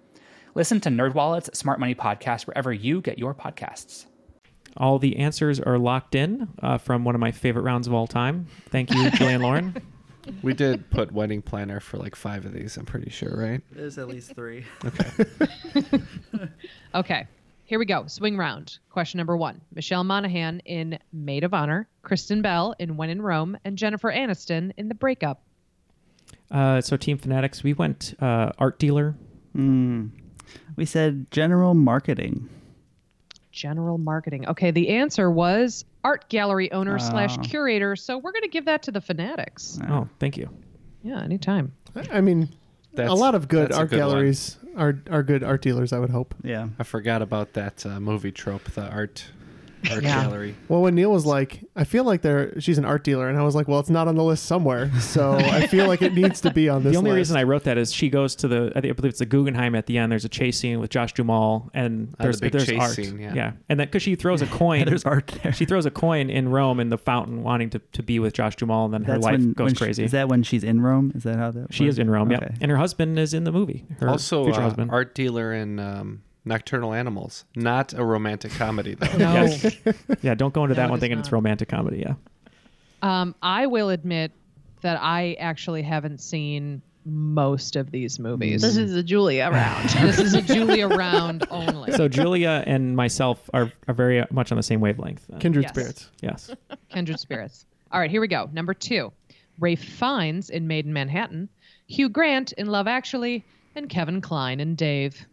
Speaker 14: Listen to NerdWallet's Smart Money Podcast wherever you get your podcasts.
Speaker 3: All the answers are locked in uh, from one of my favorite rounds of all time. Thank you, Julian Lauren.
Speaker 5: We did put wedding planner for like five of these. I'm pretty sure, right?
Speaker 6: There's at least three.
Speaker 9: Okay, here we go. Swing round. Question number one Michelle Monaghan in Maid of Honor, Kristen Bell in When in Rome, and Jennifer Aniston in The Breakup.
Speaker 3: Uh, so, Team Fanatics, we went uh, art dealer.
Speaker 6: Hmm. We said general marketing.
Speaker 9: General marketing. Okay, the answer was art gallery owner slash
Speaker 6: Oh.
Speaker 9: curator. So we're going to give that to the Fanatics.
Speaker 3: Oh, thank you.
Speaker 9: Yeah, anytime.
Speaker 7: I mean,
Speaker 5: That's-
Speaker 7: a lot of good
Speaker 5: that's a
Speaker 7: art
Speaker 5: good one.
Speaker 7: galleries are are good art dealers. I would hope.
Speaker 6: Yeah.
Speaker 5: I forgot about that uh, movie trope, the art art
Speaker 7: Yeah.
Speaker 5: gallery.
Speaker 7: Well, when Neil was like, I feel like there she's an art dealer, and I was like, well, it's not on the list somewhere, so I feel like it needs to be on this.
Speaker 3: the only
Speaker 7: list.
Speaker 3: reason I wrote that is she goes to the I, think, I believe it's the Guggenheim at the end. There's a chase scene with Josh Duhamel, and
Speaker 5: Ah, the
Speaker 3: there's
Speaker 5: big
Speaker 3: there's
Speaker 5: chase
Speaker 3: art.
Speaker 5: scene, yeah.
Speaker 3: and then because she throws a coin,
Speaker 6: There's art there.
Speaker 3: She throws a coin in Rome in the fountain, wanting to, to be with Josh Duhamel, and then her life
Speaker 6: when,
Speaker 3: goes
Speaker 6: when she-
Speaker 3: crazy.
Speaker 6: is that when she's in Rome? Is that how that?
Speaker 3: she
Speaker 6: works?
Speaker 3: is in Rome, yeah,
Speaker 6: Okay.
Speaker 3: and her husband is in the movie. Her
Speaker 5: also,
Speaker 3: future
Speaker 5: uh,
Speaker 3: husband.
Speaker 5: art dealer in um, Nocturnal Animals. Not a romantic comedy though.
Speaker 9: No.
Speaker 3: Yeah, don't go into
Speaker 9: No,
Speaker 3: that
Speaker 9: it
Speaker 3: one
Speaker 9: is
Speaker 3: thinking
Speaker 9: not.
Speaker 3: it's romantic comedy. Yeah,
Speaker 9: Um, I will admit that I actually haven't seen most of these movies.
Speaker 8: This is a Julia round.
Speaker 9: this is a Julia round only.
Speaker 3: so Julia and myself are, are very much on the same wavelength. then.
Speaker 7: Kindred
Speaker 9: Yes.
Speaker 7: spirits.
Speaker 3: Yes.
Speaker 9: Kindred Spirits. All right, here we go. Number two Rafe Fiennes in Made in Manhattan, Hugh Grant in Love Actually, and Kevin Klein in Dave.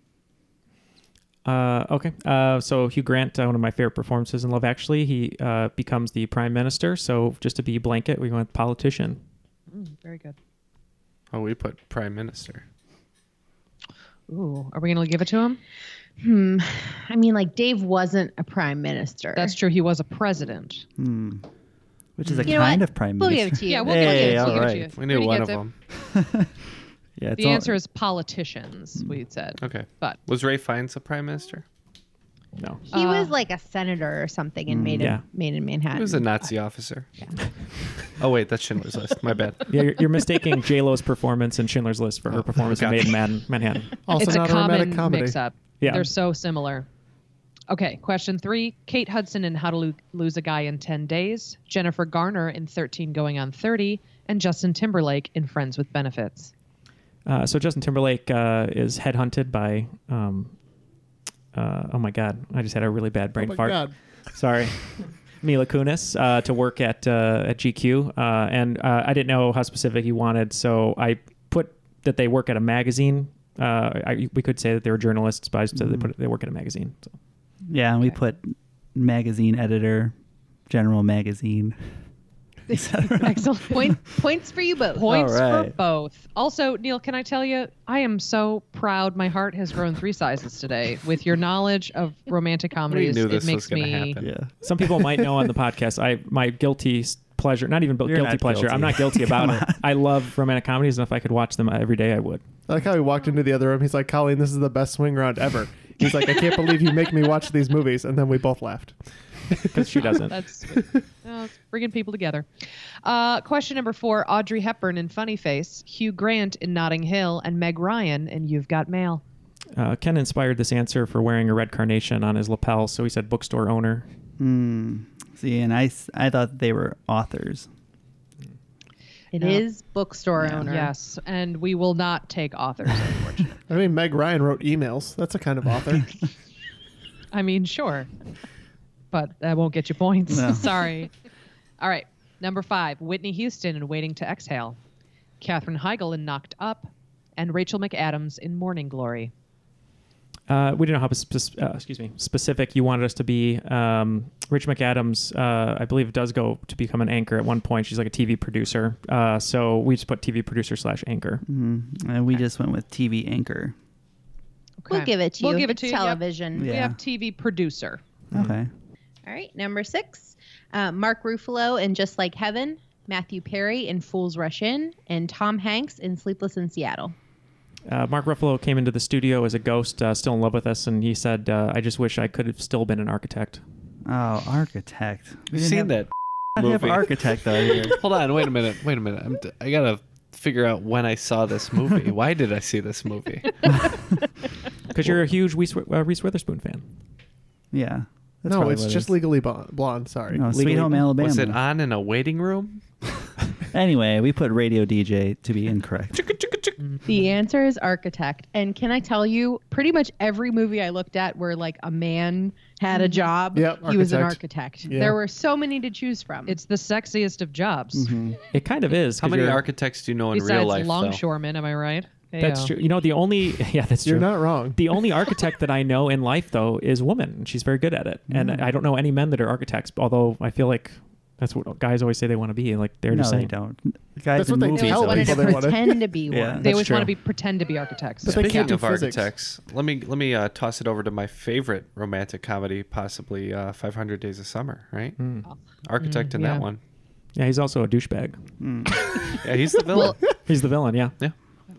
Speaker 3: Uh, okay. Uh, so Hugh Grant, uh, one of my favorite performances in Love Actually, he uh, becomes the prime minister. So just to be blanket, we went politician.
Speaker 9: Mm, very good.
Speaker 5: Oh, we put prime minister.
Speaker 9: Ooh, are we going to give it to him?
Speaker 8: Hmm. I mean, like, Dave wasn't a prime minister.
Speaker 9: That's true. He was a president.
Speaker 6: Hmm. Which is a
Speaker 8: You know
Speaker 6: kind
Speaker 8: what?
Speaker 6: of prime
Speaker 8: We'll
Speaker 6: minister.
Speaker 8: give it to you.
Speaker 9: Yeah, we'll give it to
Speaker 6: hey,
Speaker 9: you.
Speaker 6: all
Speaker 9: We'll give it to
Speaker 6: right.
Speaker 9: you.
Speaker 5: We knew
Speaker 9: Pretty
Speaker 5: one
Speaker 9: good
Speaker 5: of
Speaker 9: tip.
Speaker 5: them.
Speaker 6: Yeah, it's
Speaker 9: The
Speaker 6: all-
Speaker 9: answer is politicians, we said.
Speaker 5: Okay.
Speaker 9: But
Speaker 5: Was Ray Fiennes a prime minister?
Speaker 3: No.
Speaker 8: He
Speaker 9: Uh,
Speaker 6: Uh,
Speaker 8: was like a senator or something and made
Speaker 3: yeah.
Speaker 8: in made in Manhattan.
Speaker 5: Mm, He was a Nazi officer. oh wait, that's Schindler's List. My bad. Oh,
Speaker 3: Yeah, you're, you're mistaking J Lo's performance in Schindler's List for her performance in
Speaker 5: gotcha.
Speaker 3: Made in Man- Manhattan.
Speaker 7: Also
Speaker 9: it's
Speaker 7: not
Speaker 9: a
Speaker 7: a
Speaker 9: common
Speaker 7: romantic comedy.
Speaker 9: mix up.
Speaker 3: Yeah.
Speaker 9: They're so similar. Okay, question three Kate Hudson in How to Lo- Lose a Guy in 10 Days, Jennifer Garner in 13 Going on 30, and Justin Timberlake in Friends with Benefits.
Speaker 3: Uh, so Justin Timberlake uh, is headhunted by. Um, uh, oh my God! I just had a really bad brain
Speaker 7: Oh my
Speaker 3: fart.
Speaker 7: God.
Speaker 3: Sorry. Mila Kunis uh, to work at uh, at GQ, uh, and uh, I didn't know how specific he wanted, so I put that they work at a magazine. Uh, I, we could say that they were journalists, but I said they put they work at a magazine. So.
Speaker 6: yeah, and we put magazine editor General Magazine.
Speaker 8: Excellent.
Speaker 9: Point, points for you both.
Speaker 6: Points
Speaker 9: Points
Speaker 6: for
Speaker 9: for
Speaker 6: right.
Speaker 9: both. Also, Neil, can I tell you, I am so proud. My heart has grown three sizes today with your knowledge of romantic comedies.
Speaker 3: knew this
Speaker 9: it
Speaker 3: was
Speaker 9: makes
Speaker 3: gonna
Speaker 9: me.
Speaker 3: happen. Some people might know on the podcast. I my guilty s- pleasure, not even bu-
Speaker 6: You're
Speaker 3: guilty
Speaker 6: not
Speaker 3: pleasure.
Speaker 6: guilty.
Speaker 3: I'm not guilty about it. I love romantic comedies, and if I could watch them every day, I would.
Speaker 7: I like how he walked into the other room. He's like, Colleen, this is the best swing round ever. He's like, I can't believe you make me watch these movies. And then we both laughed.
Speaker 3: Because she doesn't.
Speaker 9: That's oh, it's bringing people together. Uh, question number four: Audrey Hepburn in Funny Face, Hugh Grant in Notting Hill, and Meg Ryan in You've Got Mail.
Speaker 3: Uh, Ken inspired this answer for wearing a red carnation on his lapel, so he said bookstore owner.
Speaker 6: Hmm. See, and I, s- I thought they were authors.
Speaker 8: It is
Speaker 9: Yeah.
Speaker 8: bookstore owner.
Speaker 9: Yes, and we will not take authors. Unfortunately,
Speaker 7: I mean, Meg Ryan wrote emails. That's a kind of author.
Speaker 9: I mean, sure, but that won't get you points.
Speaker 7: No.
Speaker 9: Sorry. All right, number five: Whitney Houston in Waiting to Exhale, Katherine Heigl in Knocked Up, and Rachel McAdams in Morning Glory.
Speaker 3: Uh, we didn't know how spe- uh, excuse me specific you wanted us to be. Um, Rich McAdams, uh, I believe, does go to become an anchor at one point. She's like a TV producer, uh, so we just put TV producer slash anchor.
Speaker 6: hmm And we just went with TV anchor.
Speaker 8: We'll give it to
Speaker 9: We'll
Speaker 8: you.
Speaker 9: give it
Speaker 8: It's
Speaker 9: to you. Yep.
Speaker 8: television.
Speaker 9: We
Speaker 6: Yeah.
Speaker 9: have TV producer.
Speaker 3: Hmm.
Speaker 6: Okay.
Speaker 8: All right, number six, uh, Mark Ruffalo in Just Like Heaven, Matthew Perry in Fools Rush In, and Tom Hanks in Sleepless in Seattle.
Speaker 3: Uh, Mark Ruffalo came into the studio as a ghost, uh, still in love with us, and he said, uh, "I just wish I could have still been an architect."
Speaker 6: Oh, architect. didn't
Speaker 5: You've seen
Speaker 6: have-
Speaker 5: that
Speaker 6: I didn't have
Speaker 5: movie.
Speaker 6: architect on here.
Speaker 5: Hold on, wait a minute, wait a minute. I'm d- I gotta figure out when I saw this movie. Why did I see this movie?
Speaker 3: Because you're a huge Reese, uh, Reese Witherspoon fan.
Speaker 6: Yeah. That's
Speaker 7: no,
Speaker 6: probably
Speaker 7: it's
Speaker 6: what it
Speaker 7: just
Speaker 6: is.
Speaker 7: Legally Bo- Blonde. Sorry.
Speaker 6: No, Oh, Sweet Home Alabama.
Speaker 5: Was it on in a waiting room?
Speaker 6: Anyway, we put radio DJ to be incorrect.
Speaker 8: The answer is Architect. And can I tell you, pretty much every movie I looked at where like a man had a job,
Speaker 7: Mm-hmm. Yep,
Speaker 8: he was an
Speaker 7: architect.
Speaker 8: architect.
Speaker 7: Yeah.
Speaker 8: There were so many to choose from.
Speaker 9: It's the sexiest of
Speaker 3: Mm.
Speaker 9: jobs.
Speaker 3: It kind of is.
Speaker 5: How
Speaker 3: 'cause
Speaker 5: many
Speaker 3: you're-
Speaker 5: architects do you
Speaker 3: Oh,
Speaker 5: know in
Speaker 9: Besides
Speaker 5: real life? though?
Speaker 9: longshoremen, am I right? Hey,
Speaker 3: That's
Speaker 9: yo.
Speaker 3: true. You know, the only yeah, that's true.
Speaker 7: You're not wrong.
Speaker 3: The only architect that I know in life, though, is woman. and She's very good at it, and
Speaker 6: Mm.
Speaker 3: I don't know any men that are architects. Although I feel like that's what guys always say they want to be. Like they're
Speaker 6: no,
Speaker 3: just
Speaker 6: they
Speaker 3: saying.
Speaker 6: don't. Guys
Speaker 7: That's
Speaker 6: in
Speaker 7: what they
Speaker 6: movies
Speaker 8: They
Speaker 7: tell
Speaker 6: always-
Speaker 8: wanted to
Speaker 7: people they wanted.
Speaker 8: pretend to be
Speaker 6: Yeah.
Speaker 8: one.
Speaker 9: They
Speaker 3: That's
Speaker 9: always want to
Speaker 3: true.
Speaker 9: be pretend to be architects.
Speaker 7: But they can't
Speaker 5: Speaking
Speaker 7: do
Speaker 5: of
Speaker 7: physics.
Speaker 5: architects, let me let me uh, toss it over to my favorite romantic comedy, possibly uh, Five Hundred Days of Summer. Right, architect in
Speaker 9: Oh. Mm, yeah.
Speaker 5: that one.
Speaker 3: Yeah, he's also a douchebag.
Speaker 6: Mm.
Speaker 5: Yeah, he's the villain.
Speaker 3: He's the villain. Yeah.
Speaker 5: yeah.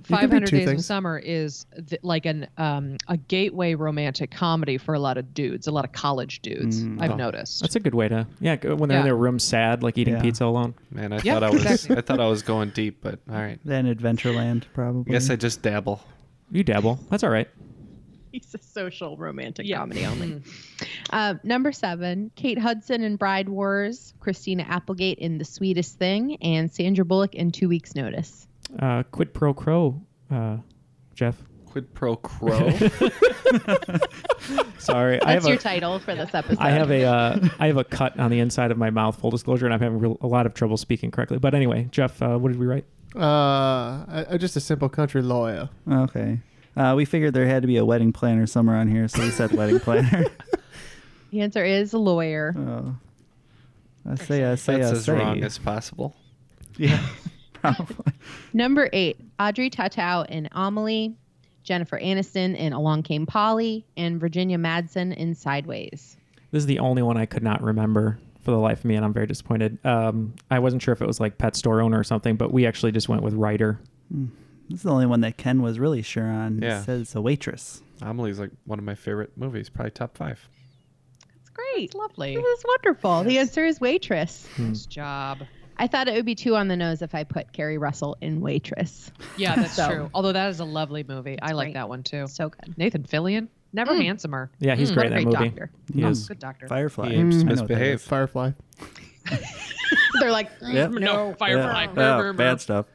Speaker 9: Five Hundred
Speaker 7: two
Speaker 9: Days of
Speaker 7: things.
Speaker 9: Summer is th- like an um, a gateway romantic comedy for a lot of dudes, a lot of college dudes.
Speaker 3: Mm.
Speaker 6: Mm.
Speaker 3: Oh.
Speaker 9: I've noticed.
Speaker 3: That's a good way to yeah. go- When they're in
Speaker 9: Yeah.
Speaker 3: their room, sad, like eating
Speaker 6: Yeah.
Speaker 3: pizza alone.
Speaker 5: Man, I
Speaker 9: Yeah,
Speaker 5: thought I was
Speaker 9: exactly.
Speaker 5: I thought I was going deep, but all right.
Speaker 6: Then Adventureland,
Speaker 5: I
Speaker 6: probably.
Speaker 5: guess I just dabble.
Speaker 3: You dabble. That's all right.
Speaker 8: He's a social romantic comedy only. Uh, number seven, Kate Hudson in Bride Wars, Christina Applegate in The Sweetest Thing, and Sandra Bullock in Two Weeks Notice.
Speaker 3: Uh, quid pro quo, uh, Jeff.
Speaker 5: Quid pro quo.
Speaker 3: Sorry, I have
Speaker 8: That's
Speaker 3: a
Speaker 8: your title for this episode.
Speaker 3: I have a uh, I have a cut on the inside of my mouth. Full disclosure, and I'm having real, a lot of trouble speaking correctly. But anyway, Jeff, uh, what did we write?
Speaker 7: Uh, I, I'm just a simple country lawyer.
Speaker 6: Okay. Uh, we figured there had to be a wedding planner somewhere on here, so we said wedding planner.
Speaker 8: the answer is lawyer.
Speaker 6: Oh. I say, I say,
Speaker 5: That's
Speaker 6: I
Speaker 5: as
Speaker 6: say.
Speaker 5: wrong as possible.
Speaker 6: yeah, probably.
Speaker 8: Number eight, Audrey Tautou in Amelie, Jennifer Aniston in Along Came Polly, and Virginia Madsen in Sideways.
Speaker 3: This is the only one I could not remember for the life of me, and I'm very disappointed. Um, I wasn't sure if it was like pet store owner or something, but we actually just went with writer.
Speaker 6: Hmm. This is the only one that Ken was really sure on.
Speaker 5: Yeah.
Speaker 6: He says it's a waitress.
Speaker 5: Amelie's like one of my favorite movies, probably top five.
Speaker 8: That's great.
Speaker 9: It's lovely.
Speaker 8: This is wonderful. The answer is waitress.
Speaker 9: Nice job.
Speaker 8: I thought it would be too on the nose if I put Carrie Russell in waitress.
Speaker 9: Yeah, that's
Speaker 8: So-
Speaker 9: true. Although that is a lovely movie. I like
Speaker 8: great.
Speaker 9: that one too.
Speaker 8: So good. Mm.
Speaker 9: Nathan Fillion, never handsomer.
Speaker 3: Yeah, he's great in that
Speaker 8: Great
Speaker 3: movie.
Speaker 8: doctor.
Speaker 3: He
Speaker 9: Mm,
Speaker 3: is.
Speaker 9: good Hmm. doctor.
Speaker 6: Firefly.
Speaker 5: He aims to
Speaker 6: I know what that
Speaker 5: misbehave.
Speaker 6: is.
Speaker 7: Firefly.
Speaker 8: They're like,
Speaker 6: Yep.
Speaker 9: No, Firefly.
Speaker 6: Yeah.
Speaker 9: Brr,
Speaker 6: Oh,
Speaker 9: brr, brr.
Speaker 6: bad stuff.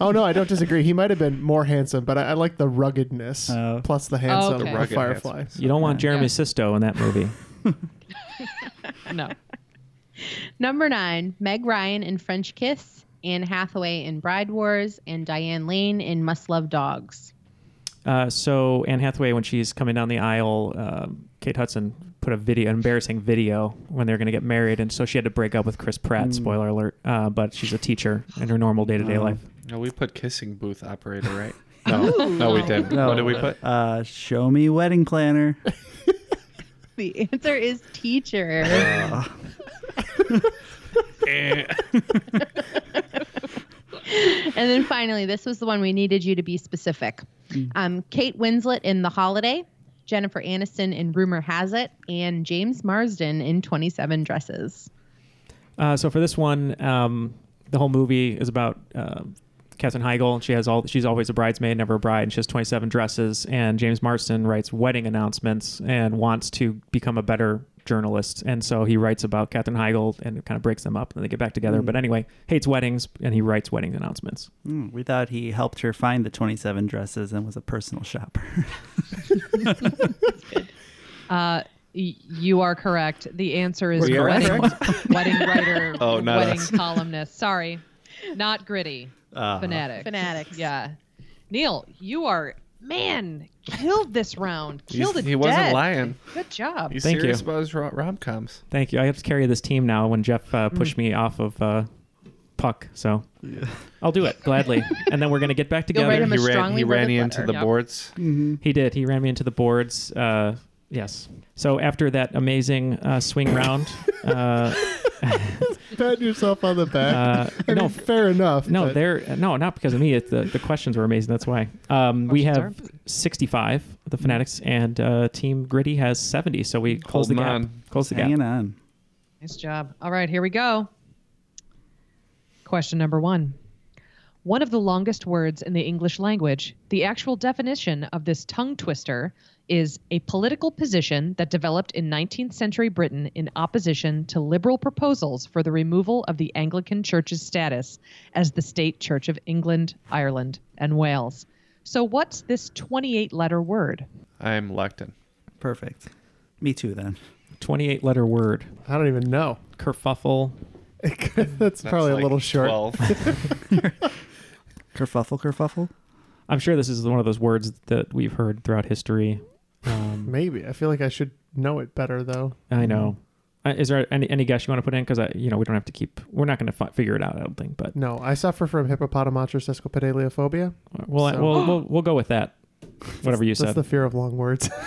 Speaker 7: Oh no, I don't disagree. He might have been more handsome, but I, I like the ruggedness
Speaker 6: Oh.
Speaker 7: plus the handsome
Speaker 9: Okay. The
Speaker 7: of
Speaker 5: rugged
Speaker 7: Firefly.
Speaker 3: You don't want Jeremy Sisto in that movie.
Speaker 9: no.
Speaker 8: Number nine, Meg Ryan in French Kiss, Anne Hathaway in Bride Wars, and Diane Lane in Must Love Dogs.
Speaker 3: Uh, so Anne Hathaway, when she's coming down the aisle, um uh, Kate Hudson put a video, an embarrassing video when they were going to get married, and so she had to break up with Chris Pratt.
Speaker 5: Mm.
Speaker 3: Spoiler alert! Uh, but she's a teacher in her normal day to day
Speaker 5: Oh.
Speaker 3: life.
Speaker 5: No, we put kissing booth operator, right? No, no, we didn't.
Speaker 6: No.
Speaker 5: What did we put?
Speaker 6: Uh, show me wedding planner.
Speaker 8: The answer is teacher.
Speaker 9: Uh,
Speaker 8: and then finally, this was the one we needed you to be specific.
Speaker 6: Mm.
Speaker 8: Um, Kate Winslet in The Holiday, Jennifer Aniston in Rumor Has It, and James Marsden in 27 Dresses.
Speaker 3: Uh, so for this one, um, the whole movie is about uh, Katherine Heigl, and she has all. She's always a bridesmaid, never a bride, and she has 27 dresses. And James Marston writes wedding announcements and wants to become a better journalist, and so he writes about Katherine Heigl and it kind of breaks them up, and they get back together.
Speaker 6: Mm.
Speaker 3: But anyway, hates weddings, and he writes wedding announcements.
Speaker 6: Hmm, we thought he helped her find the 27 dresses and was a personal shopper.
Speaker 9: Uh, y- you are correct. The answer is
Speaker 6: Were you
Speaker 9: wedding,
Speaker 6: correct?
Speaker 9: wedding writer,
Speaker 6: Oh, not
Speaker 9: wedding
Speaker 6: us.
Speaker 9: columnist. Sorry, not gritty.
Speaker 6: Uh-huh.
Speaker 9: Fanatics.
Speaker 8: Fanatics.
Speaker 9: Yeah. Neil, you are man killed this round.
Speaker 5: He's-
Speaker 9: Killed it.
Speaker 5: he wasn't
Speaker 9: dead.
Speaker 5: lying.
Speaker 9: Good job.
Speaker 5: You
Speaker 3: Uh, Thank
Speaker 5: serious
Speaker 3: you.
Speaker 5: about his rom coms?
Speaker 3: Thank you. I have to carry this team now. When Jeff uh, pushed
Speaker 9: Mm.
Speaker 3: me off of uh, puck, so I'll do it gladly. and then we're gonna get back
Speaker 9: You'll
Speaker 3: together.
Speaker 9: write him a He ran- strongly he ran worded you into letter. the Yep.
Speaker 5: boards.
Speaker 7: Mm-hmm.
Speaker 3: He did. He ran me into the boards. Uh, yes. So after that amazing uh, swing round. Uh,
Speaker 7: Pat yourself on the back.
Speaker 3: Uh,
Speaker 7: I
Speaker 3: no.
Speaker 7: mean, fair enough.
Speaker 3: No,
Speaker 7: but-
Speaker 3: they're no, not because of me. It's the, the questions were amazing. That's why. Um, we
Speaker 7: Questions
Speaker 3: have 65, the Fanatics, and uh, Team Gritty has 70. So we close the
Speaker 5: Holding
Speaker 3: gap.
Speaker 5: on.
Speaker 3: Close the gap.
Speaker 6: Hanging on.
Speaker 9: Nice job. All right, here we go. Question number one. One of the longest words in the English language, the actual definition of this tongue twister is a political position that developed in 19th century Britain in opposition to liberal proposals for the removal of the Anglican Church's status as the state church of England, Ireland, and Wales. So, what's this 28 letter word?
Speaker 5: I'm lectin.
Speaker 6: Perfect. Me too, then.
Speaker 3: 28 letter word.
Speaker 7: I don't even know.
Speaker 3: Kerfuffle.
Speaker 7: That's probably a little short.
Speaker 6: Kerfuffle, kerfuffle.
Speaker 3: I'm sure this is one of those words that we've heard throughout history. Um,
Speaker 7: Maybe. I feel like I should know it better, though.
Speaker 6: Mm-hmm.
Speaker 3: I know. Uh, Is there any, any guess you want to put in? Because you know we don't have to keep. We're not going to fi- figure it out. I don't think. But
Speaker 7: No, I suffer from hippopotamotrys escopedaleophobia.
Speaker 3: we'll
Speaker 7: so-
Speaker 3: we'll, we'll we'll go with that. Whatever you
Speaker 7: That's
Speaker 3: said.
Speaker 7: the fear of long words.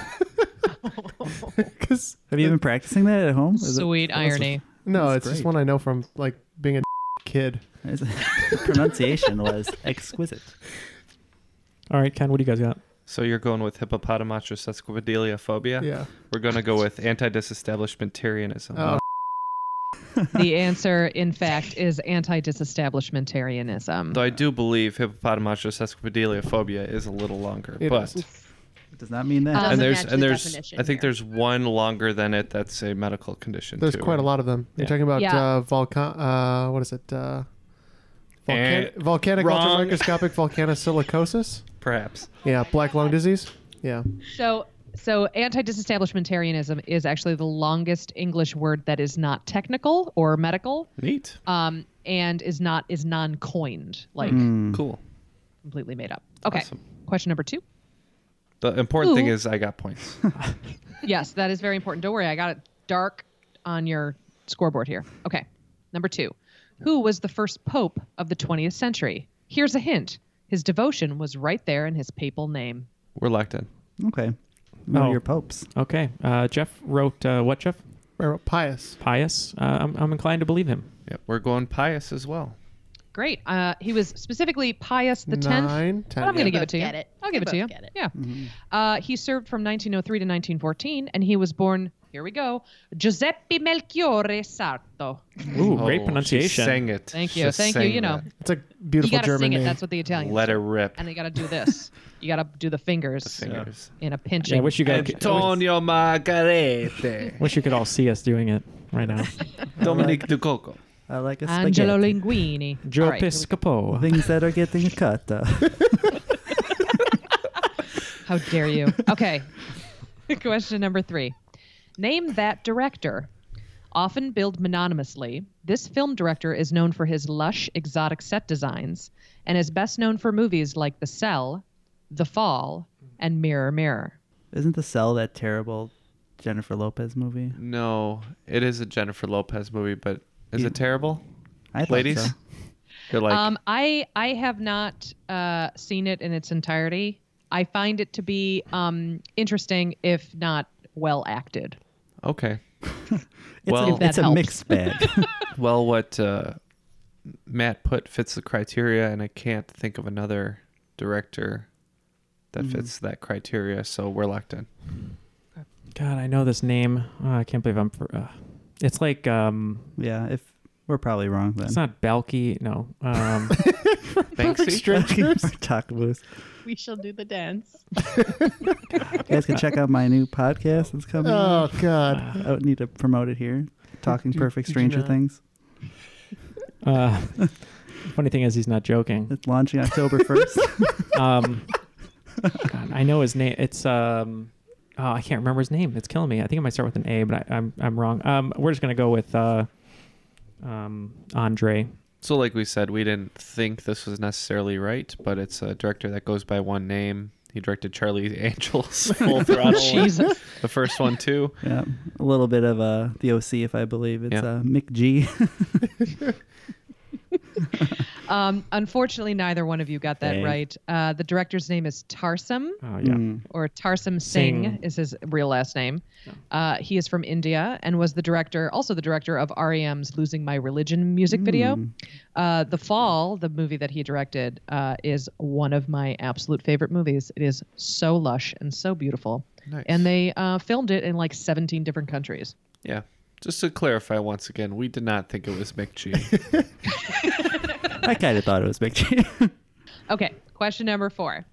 Speaker 7: Because
Speaker 6: Have you been practicing that at home? Is it-
Speaker 9: Sweet
Speaker 6: that's-
Speaker 9: irony.
Speaker 7: no,
Speaker 6: that's
Speaker 7: it's just
Speaker 6: great.
Speaker 7: one I know from like being a kid.
Speaker 6: Pronunciation was exquisite.
Speaker 3: All right, Ken. What do you guys got?
Speaker 5: So you're going with hippopotamotrys esquipedaliophobia?
Speaker 7: Yeah.
Speaker 5: We're going to go with anti-disestablishmentarianism.
Speaker 7: Oh.
Speaker 6: Oh.
Speaker 9: the answer, in fact, is anti disestablishmentarianism.
Speaker 5: Though I do believe hippopotamotrys esquipedaliophobia is a little longer,
Speaker 6: It
Speaker 5: but
Speaker 6: is. Does not mean that.
Speaker 9: Um,
Speaker 5: and
Speaker 9: Doesn't
Speaker 5: there's
Speaker 9: match
Speaker 5: and
Speaker 9: the
Speaker 5: there's
Speaker 9: definition
Speaker 5: I think there's one longer than it that's a medical condition.
Speaker 7: There's
Speaker 5: too,
Speaker 7: quite a
Speaker 5: right?
Speaker 7: lot of them. You're
Speaker 5: Yeah.
Speaker 7: talking about
Speaker 9: Yeah.
Speaker 7: uh, volcan. Uh, what is it? Uh,
Speaker 5: Eh,
Speaker 7: volcan- volcanic
Speaker 5: wrong.
Speaker 7: ultramicroscopic volcanosilicosis.
Speaker 5: Perhaps.
Speaker 7: Yeah, black lung disease. Yeah.
Speaker 9: So, so anti-disestablishmentarianism is actually the longest English word that is not technical or medical,
Speaker 5: Neat.
Speaker 9: um, and is not is non-coined, like
Speaker 5: Hmm. Cool.
Speaker 9: completely made up. Okay.
Speaker 5: Awesome.
Speaker 9: Question number two.
Speaker 5: The important thing
Speaker 9: Ooh.
Speaker 5: is I got points.
Speaker 9: Yes, that is very important. Don't worry, I got it dark on your scoreboard here. Okay. Number two. Who was the first pope of the 20th century? Here's a hint. His devotion was right there in his papal name.
Speaker 5: We're lectin.
Speaker 6: Okay. One
Speaker 3: Oh.
Speaker 6: of your popes.
Speaker 3: Okay. Uh, Jeff wrote uh, what? Jeff
Speaker 7: Or pious.
Speaker 3: pious. Uh, I'm I'm inclined to believe him.
Speaker 5: Yep. We're going pious as well.
Speaker 9: Great. Uh, he was specifically Pius the Tenth.
Speaker 7: Nine, ten.
Speaker 9: But I'm going to
Speaker 7: Yeah. Mm-hmm.
Speaker 9: give it to you.
Speaker 10: get it.
Speaker 9: I'll give
Speaker 10: We
Speaker 9: it to you.
Speaker 10: both get it.
Speaker 9: Yeah. Uh, he served from 1903 to 1914, and he was born. Here we go. Giuseppe Melchiorre Sarto.
Speaker 3: Ooh,
Speaker 5: Oh,
Speaker 3: great
Speaker 5: she
Speaker 3: pronunciation.
Speaker 5: sang it.
Speaker 9: Thank
Speaker 5: She
Speaker 9: you. Thank you.
Speaker 5: sang
Speaker 9: You know,
Speaker 5: that.
Speaker 7: It's a
Speaker 9: you
Speaker 7: beautiful
Speaker 9: got to
Speaker 7: German
Speaker 9: sing it.
Speaker 7: name.
Speaker 9: That's what the Italians.
Speaker 5: Let
Speaker 9: do.
Speaker 5: her rip.
Speaker 9: And they got to do this. you got to do the fingers.
Speaker 5: Fingers.
Speaker 9: In a pinching.
Speaker 3: Yeah, I wish you guys
Speaker 5: Antonio Margarete.
Speaker 3: wish you could all see us doing it right now.
Speaker 5: Dominic Ducoco.
Speaker 6: I like a spaghetti.
Speaker 9: Angelo Linguini.
Speaker 3: Joe
Speaker 9: All right, here we-
Speaker 3: Piscopo.
Speaker 6: Things that are getting cut. uh.
Speaker 9: How dare you? Okay. Question number three Name that director. Often billed mononymously, this film director is known for his lush, exotic set designs and is best known for movies like The Cell, The Fall, and Mirror Mirror.
Speaker 6: Isn't the cell that terrible Jennifer Lopez movie?
Speaker 5: No, it is a Jennifer Lopez movie, but is
Speaker 6: You-
Speaker 5: it terrible?
Speaker 6: I thought
Speaker 5: Ladies,
Speaker 6: so.
Speaker 5: you're like
Speaker 9: um, I I have not uh, seen it in its entirety. I find it to be um, interesting, if not well acted.
Speaker 5: okay.
Speaker 6: It's
Speaker 5: well,
Speaker 6: a, it's a
Speaker 9: helps.
Speaker 6: mixed bag.
Speaker 5: well, what uh, Matt put fits the criteria, and I can't think of another director
Speaker 6: Mm-hmm.
Speaker 5: that fits that criteria. So we're locked in.
Speaker 3: God, I know this name. Oh, I can't believe I'm. For, uh, it's like um,
Speaker 6: yeah, if we're probably wrong then.
Speaker 3: it's not Balky. No, um,
Speaker 6: Perfect strangers. Talk loose.
Speaker 8: We shall do the dance.
Speaker 6: You guys can check out my new podcast that's coming.
Speaker 7: Oh,
Speaker 6: out.
Speaker 7: God.
Speaker 6: I don't need to promote it here. Talking
Speaker 3: Did-
Speaker 6: Perfect
Speaker 3: did you
Speaker 6: Stranger
Speaker 3: not?
Speaker 6: Things.
Speaker 3: uh, funny thing is he's not joking.
Speaker 6: It's launching October 1st.
Speaker 3: Um, God, I know his name. It's um, oh, I can't remember his name. It's killing me. I think it might start with an A, but I, I'm I'm wrong. Um, we're just gonna go with uh, um, Andre.
Speaker 5: So, like we said, we didn't think this was necessarily right, but it's a director that goes by one name. He directed Charlie Angels Full Throttle.
Speaker 9: Jesus.
Speaker 5: The first one, too.
Speaker 6: yeah, a little bit of uh, the OC, if I believe. It's
Speaker 5: Yeah.
Speaker 6: uh, Mick G.
Speaker 9: Um, unfortunately, neither one of you got that
Speaker 6: Dang.
Speaker 9: right. Uh, the director's name is Tarsum,
Speaker 3: Oh yeah.
Speaker 6: Mm.
Speaker 9: or Tarsum Singh,
Speaker 3: Singh.
Speaker 9: is his real last name. Uh, he is from India and was the director, also the director of REM's "Losing My Religion" music video. Uh, the Fall, the movie that he directed, uh, is one of my absolute favorite movies. It is so lush and so beautiful,
Speaker 5: Nice.
Speaker 9: and they uh, filmed it in like 17 different countries.
Speaker 5: Yeah. Just to clarify once again, we did not think it was Mick G.
Speaker 6: I kind of thought it was Mick G.
Speaker 9: Okay, question number four.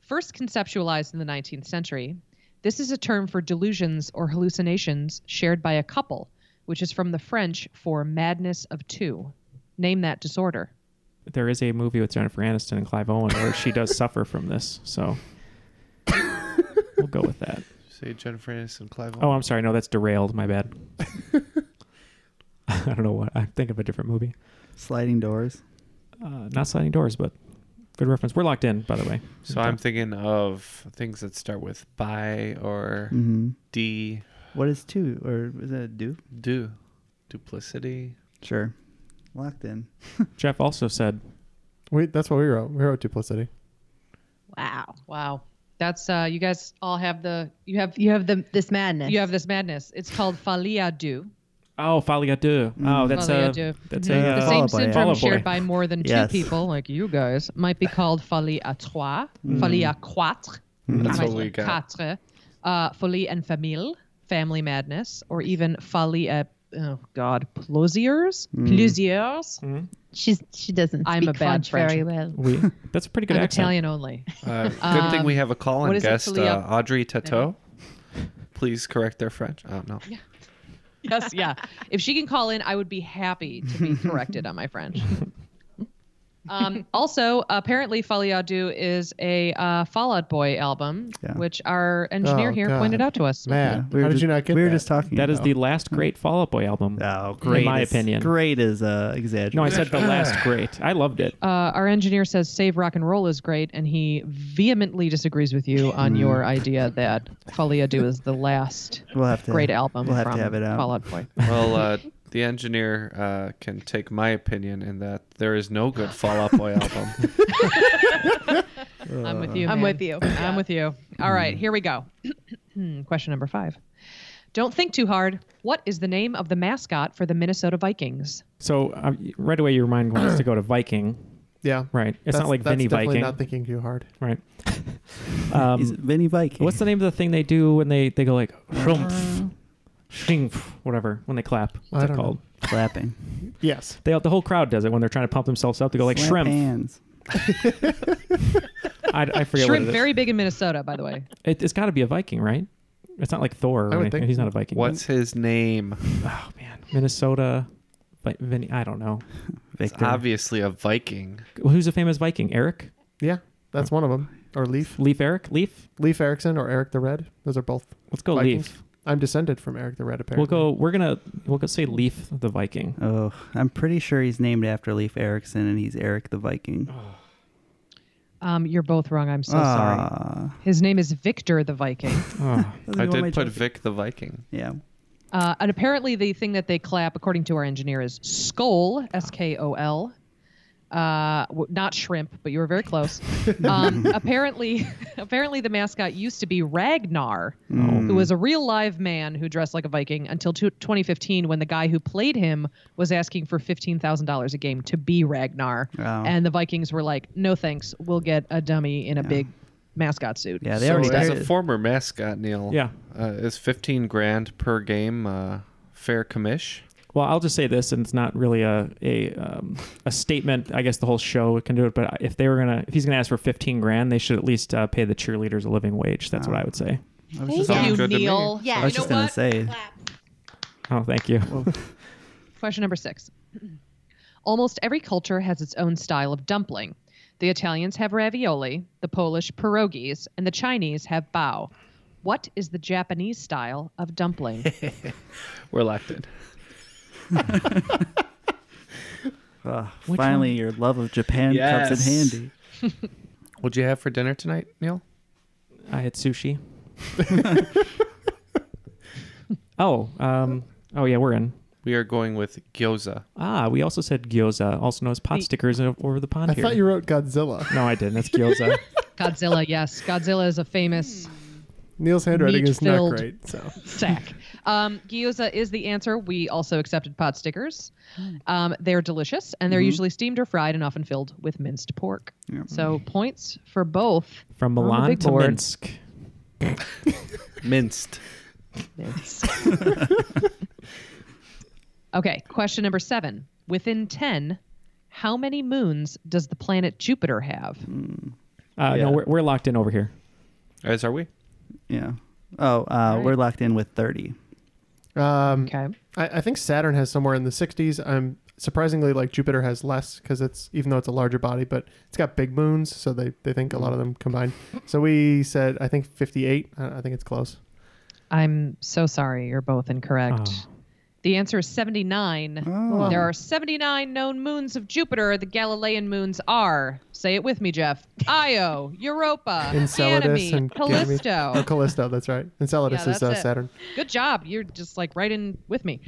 Speaker 9: First conceptualized in the 19th century, this is a term for delusions or hallucinations shared by a couple, which is from the French for madness of two. Name that disorder.
Speaker 3: There is a movie with Jennifer Aniston and Clive Owen where she does suffer from this. So we'll go with that.
Speaker 5: Say Jennifer Aniston, Clive
Speaker 3: Oh, I'm sorry. No, that's derailed. My bad. I don't know what. I think of a different movie.
Speaker 6: Sliding doors.
Speaker 3: Uh, not sliding doors, but good reference. We're locked in, by the way.
Speaker 5: So I'm thinking of things that start with by or
Speaker 6: hmm
Speaker 5: D.
Speaker 6: What is two? Or is that a do?
Speaker 5: Do. Duplicity.
Speaker 6: Sure. Locked in.
Speaker 3: Jeff also said
Speaker 7: We, that's what we wrote. We wrote duplicity.
Speaker 8: Wow.
Speaker 9: Wow. That's uh you guys all have the you have
Speaker 8: You have the this madness.
Speaker 9: you have this madness. It's called Falia Du.
Speaker 3: Oh, Folly Got Do.
Speaker 6: Mm.
Speaker 3: Oh, that's
Speaker 9: Folly
Speaker 3: a
Speaker 9: Got Do.
Speaker 3: that's
Speaker 6: Yeah.
Speaker 3: a
Speaker 9: The
Speaker 6: Fall
Speaker 9: same
Speaker 6: Out Boy, yeah.
Speaker 9: syndrome
Speaker 3: Fall Out Boy.
Speaker 9: shared by more than two
Speaker 6: Yes.
Speaker 9: people, like you guys, might be called folie à trois,
Speaker 3: Mm.
Speaker 9: folie à quatre,
Speaker 5: That's
Speaker 9: might
Speaker 5: what
Speaker 9: be
Speaker 5: we got.
Speaker 9: quatre, uh, folie en famille, family madness, or even folie à, oh God, plaisirs,
Speaker 3: Mm.
Speaker 9: plaisirs.
Speaker 8: She's she doesn't speak
Speaker 9: I'm a bad
Speaker 8: French very well.
Speaker 3: Mm-hmm. we. That's a pretty good
Speaker 9: I'm
Speaker 3: accent.
Speaker 9: Italian only. Um,
Speaker 5: Uh, good thing we have a call
Speaker 9: what
Speaker 5: in
Speaker 9: is it,
Speaker 5: guest,
Speaker 9: Talia?
Speaker 5: uh, Audrey Tateau. Please correct their French. Oh, no.
Speaker 9: yes, yeah. If she can call in, I would be happy to be corrected on my French. Um, also, apparently, Faliadu is a uh, Fallout Boy album,
Speaker 6: Yeah.
Speaker 9: which our engineer
Speaker 7: Oh,
Speaker 9: here
Speaker 7: God.
Speaker 9: pointed out to us.
Speaker 7: Man,
Speaker 6: we were
Speaker 7: how did
Speaker 6: just,
Speaker 7: you not get
Speaker 6: We were
Speaker 7: that?
Speaker 6: just talking.
Speaker 3: That is
Speaker 6: about- Hmm.
Speaker 3: the last great Fall Out Boy album.
Speaker 6: Oh, great.
Speaker 3: my
Speaker 6: is-
Speaker 3: opinion.
Speaker 6: Great is uh, exaggerated.
Speaker 3: No, I said the last great. I loved it.
Speaker 9: Uh, our engineer says Save Rock and Roll is great, and he vehemently disagrees with you on
Speaker 6: Hmm.
Speaker 9: your idea that Faliadu is the last
Speaker 6: We'll have to,
Speaker 9: great album
Speaker 6: We'll have
Speaker 9: from
Speaker 6: to have it out.
Speaker 9: Fallout Boy.
Speaker 5: Well, uh, the engineer uh, can take my opinion in that there is no good Fall Out Boy album.
Speaker 9: I'm
Speaker 6: Uh,
Speaker 9: with you.
Speaker 8: I'm
Speaker 9: man.
Speaker 8: with you.
Speaker 9: I'm with you. All right,
Speaker 6: Hmm.
Speaker 9: here we go. Hmm, Question number five. Don't think too hard. What is the name of the mascot for the Minnesota Vikings?
Speaker 3: So um, right away, your mind wants to go to Viking,
Speaker 7: Yeah.
Speaker 3: right? It's
Speaker 7: That's-
Speaker 3: not like
Speaker 7: that's
Speaker 3: Vinny
Speaker 7: definitely
Speaker 3: Viking,
Speaker 7: not thinking too hard.
Speaker 3: right?
Speaker 6: Is
Speaker 3: um,
Speaker 6: it Vinny Viking.
Speaker 3: what's the name of the thing they do when they they go like
Speaker 7: Uh,
Speaker 3: shrumpf, shingf, whatever when they clap? What's
Speaker 7: I
Speaker 3: it
Speaker 7: don't know.
Speaker 3: called?
Speaker 6: clapping?
Speaker 7: Yes.
Speaker 3: They the whole crowd does it when they're trying to pump themselves up. They go like
Speaker 6: Slap
Speaker 3: shrimp.
Speaker 6: hands.
Speaker 3: I, I forget
Speaker 9: Shrimp,
Speaker 3: what it is.
Speaker 9: very big in Minnesota, by the way.
Speaker 3: It, it's got to be a Viking, right? It's not like Thor. Or
Speaker 7: I would
Speaker 3: anything.
Speaker 7: think
Speaker 3: He's not a Viking.
Speaker 5: What's his name?
Speaker 3: Oh man, Minnesota. Vi- Vinny, I don't know.
Speaker 5: It's
Speaker 6: Victor.
Speaker 5: obviously a Viking.
Speaker 3: Who's a famous Viking? Eric?
Speaker 7: Yeah. That's one of them. Or Leaf.
Speaker 3: Leaf Eric? Leaf?
Speaker 7: Leaf Erikson or Eric the Red. Those are both
Speaker 3: Let's go
Speaker 7: Vikings.
Speaker 3: Leaf.
Speaker 7: I'm descended from Eric the Red, apparently.
Speaker 3: We'll go we're gonna we'll go say Leaf the Viking.
Speaker 5: Oh,
Speaker 6: Oh, I'm pretty sure he's named after Leif Erikson and he's Eric the Viking.
Speaker 9: Um, you're both wrong. I'm so
Speaker 6: Ah.
Speaker 9: sorry. His name is Victor the Viking.
Speaker 5: Oh,
Speaker 3: Oh.
Speaker 5: I did put Vic the Viking.
Speaker 6: Yeah.
Speaker 9: Uh, and apparently, the thing that they clap, according to our engineer, is skull, S K O L. Uh, w- not shrimp, but you were very close. Um, apparently, apparently the mascot used to be Ragnar,
Speaker 6: Mm.
Speaker 9: who was a real live man who dressed like a Viking until two- 2015, when the guy who played him was asking for fifteen thousand dollars a game to be Ragnar,
Speaker 6: Oh.
Speaker 9: and the Vikings were like, "No thanks, we'll get a dummy in a big mascot suit."
Speaker 6: Yeah, they
Speaker 5: so
Speaker 6: already
Speaker 5: as
Speaker 6: did.
Speaker 5: a former mascot, Neil.
Speaker 3: Yeah.
Speaker 5: uh, is fifteen grand per game uh, fair commish?
Speaker 3: Well, I'll just say this, and it's not really a a, um, a statement. I guess the whole show can do it, but if they were gonna, if he's gonna ask for fifteen grand, they should at least uh, pay the cheerleaders a living wage. That's what I would say.
Speaker 6: I was
Speaker 9: Thank
Speaker 6: just,
Speaker 9: you,
Speaker 5: good to me.
Speaker 9: Neil.
Speaker 6: I
Speaker 9: Yeah,
Speaker 6: was just gonna say.
Speaker 3: Oh, thank you.
Speaker 9: Question number six. Almost every culture has its own style of dumpling. The Italians have ravioli, the Polish pierogies, and the Chinese have bao. What is the Japanese style of dumpling?
Speaker 5: We're locked in.
Speaker 6: Ugh,
Speaker 3: Which
Speaker 6: Ah, finally,
Speaker 3: one?
Speaker 6: your love of Japan comes
Speaker 5: Yes.
Speaker 6: in handy.
Speaker 5: What'd you have for dinner tonight, Neil?
Speaker 3: I had sushi. oh, um, oh yeah, we're in.
Speaker 5: We are going with gyoza.
Speaker 3: Ah, we also said gyoza, also known as pot
Speaker 9: The-
Speaker 3: stickers o- over the pond
Speaker 7: I
Speaker 3: here.
Speaker 7: thought you wrote Godzilla.
Speaker 3: no, I didn't. That's gyoza.
Speaker 9: Godzilla, yes. Godzilla is a famous
Speaker 7: Hmm. Neil's handwriting is not
Speaker 9: Meat-filled.
Speaker 7: great. So
Speaker 9: sack. Um, gyoza is the answer. We also accepted pot stickers.
Speaker 7: Hmm.
Speaker 9: Um, they're delicious, and
Speaker 7: Mm-hmm.
Speaker 9: they're usually steamed or fried and often filled with minced pork. So points for both.
Speaker 3: From
Speaker 9: On the
Speaker 3: Milan
Speaker 9: big
Speaker 3: to
Speaker 9: board.
Speaker 3: Minsk.
Speaker 5: Minced.
Speaker 9: Yes. okay, question number seven. Within 10, how many moons does the planet Jupiter have?
Speaker 3: Uh,
Speaker 6: Yeah.
Speaker 3: No, we're, we're locked in over here.
Speaker 5: As are we?
Speaker 6: Yeah. Oh, uh, we're locked in with 30.
Speaker 7: um,
Speaker 9: Okay.
Speaker 7: I, I think Saturn has somewhere in the 60s. I'm surprisingly like Jupiter has less because it's even though it's a larger body, but it's got big moons, so they, they think a lot of them combined. So we said I think 58. I, I think it's close.
Speaker 9: I'm so sorry, you're both incorrect.
Speaker 3: Oh.
Speaker 9: The answer is 79.
Speaker 6: Oh.
Speaker 9: There are 79 known moons of Jupiter. The Galilean moons are, say it with me, Jeff, Io, Europa,
Speaker 7: Uh, Enceladus
Speaker 9: Ganymede,
Speaker 7: and Ganymede-
Speaker 9: Callisto.
Speaker 7: Oh, Callisto, that's right. Enceladus
Speaker 9: Yeah,
Speaker 7: is uh,
Speaker 9: that's it.
Speaker 7: Saturn.
Speaker 9: Good job. You're just like right in with me.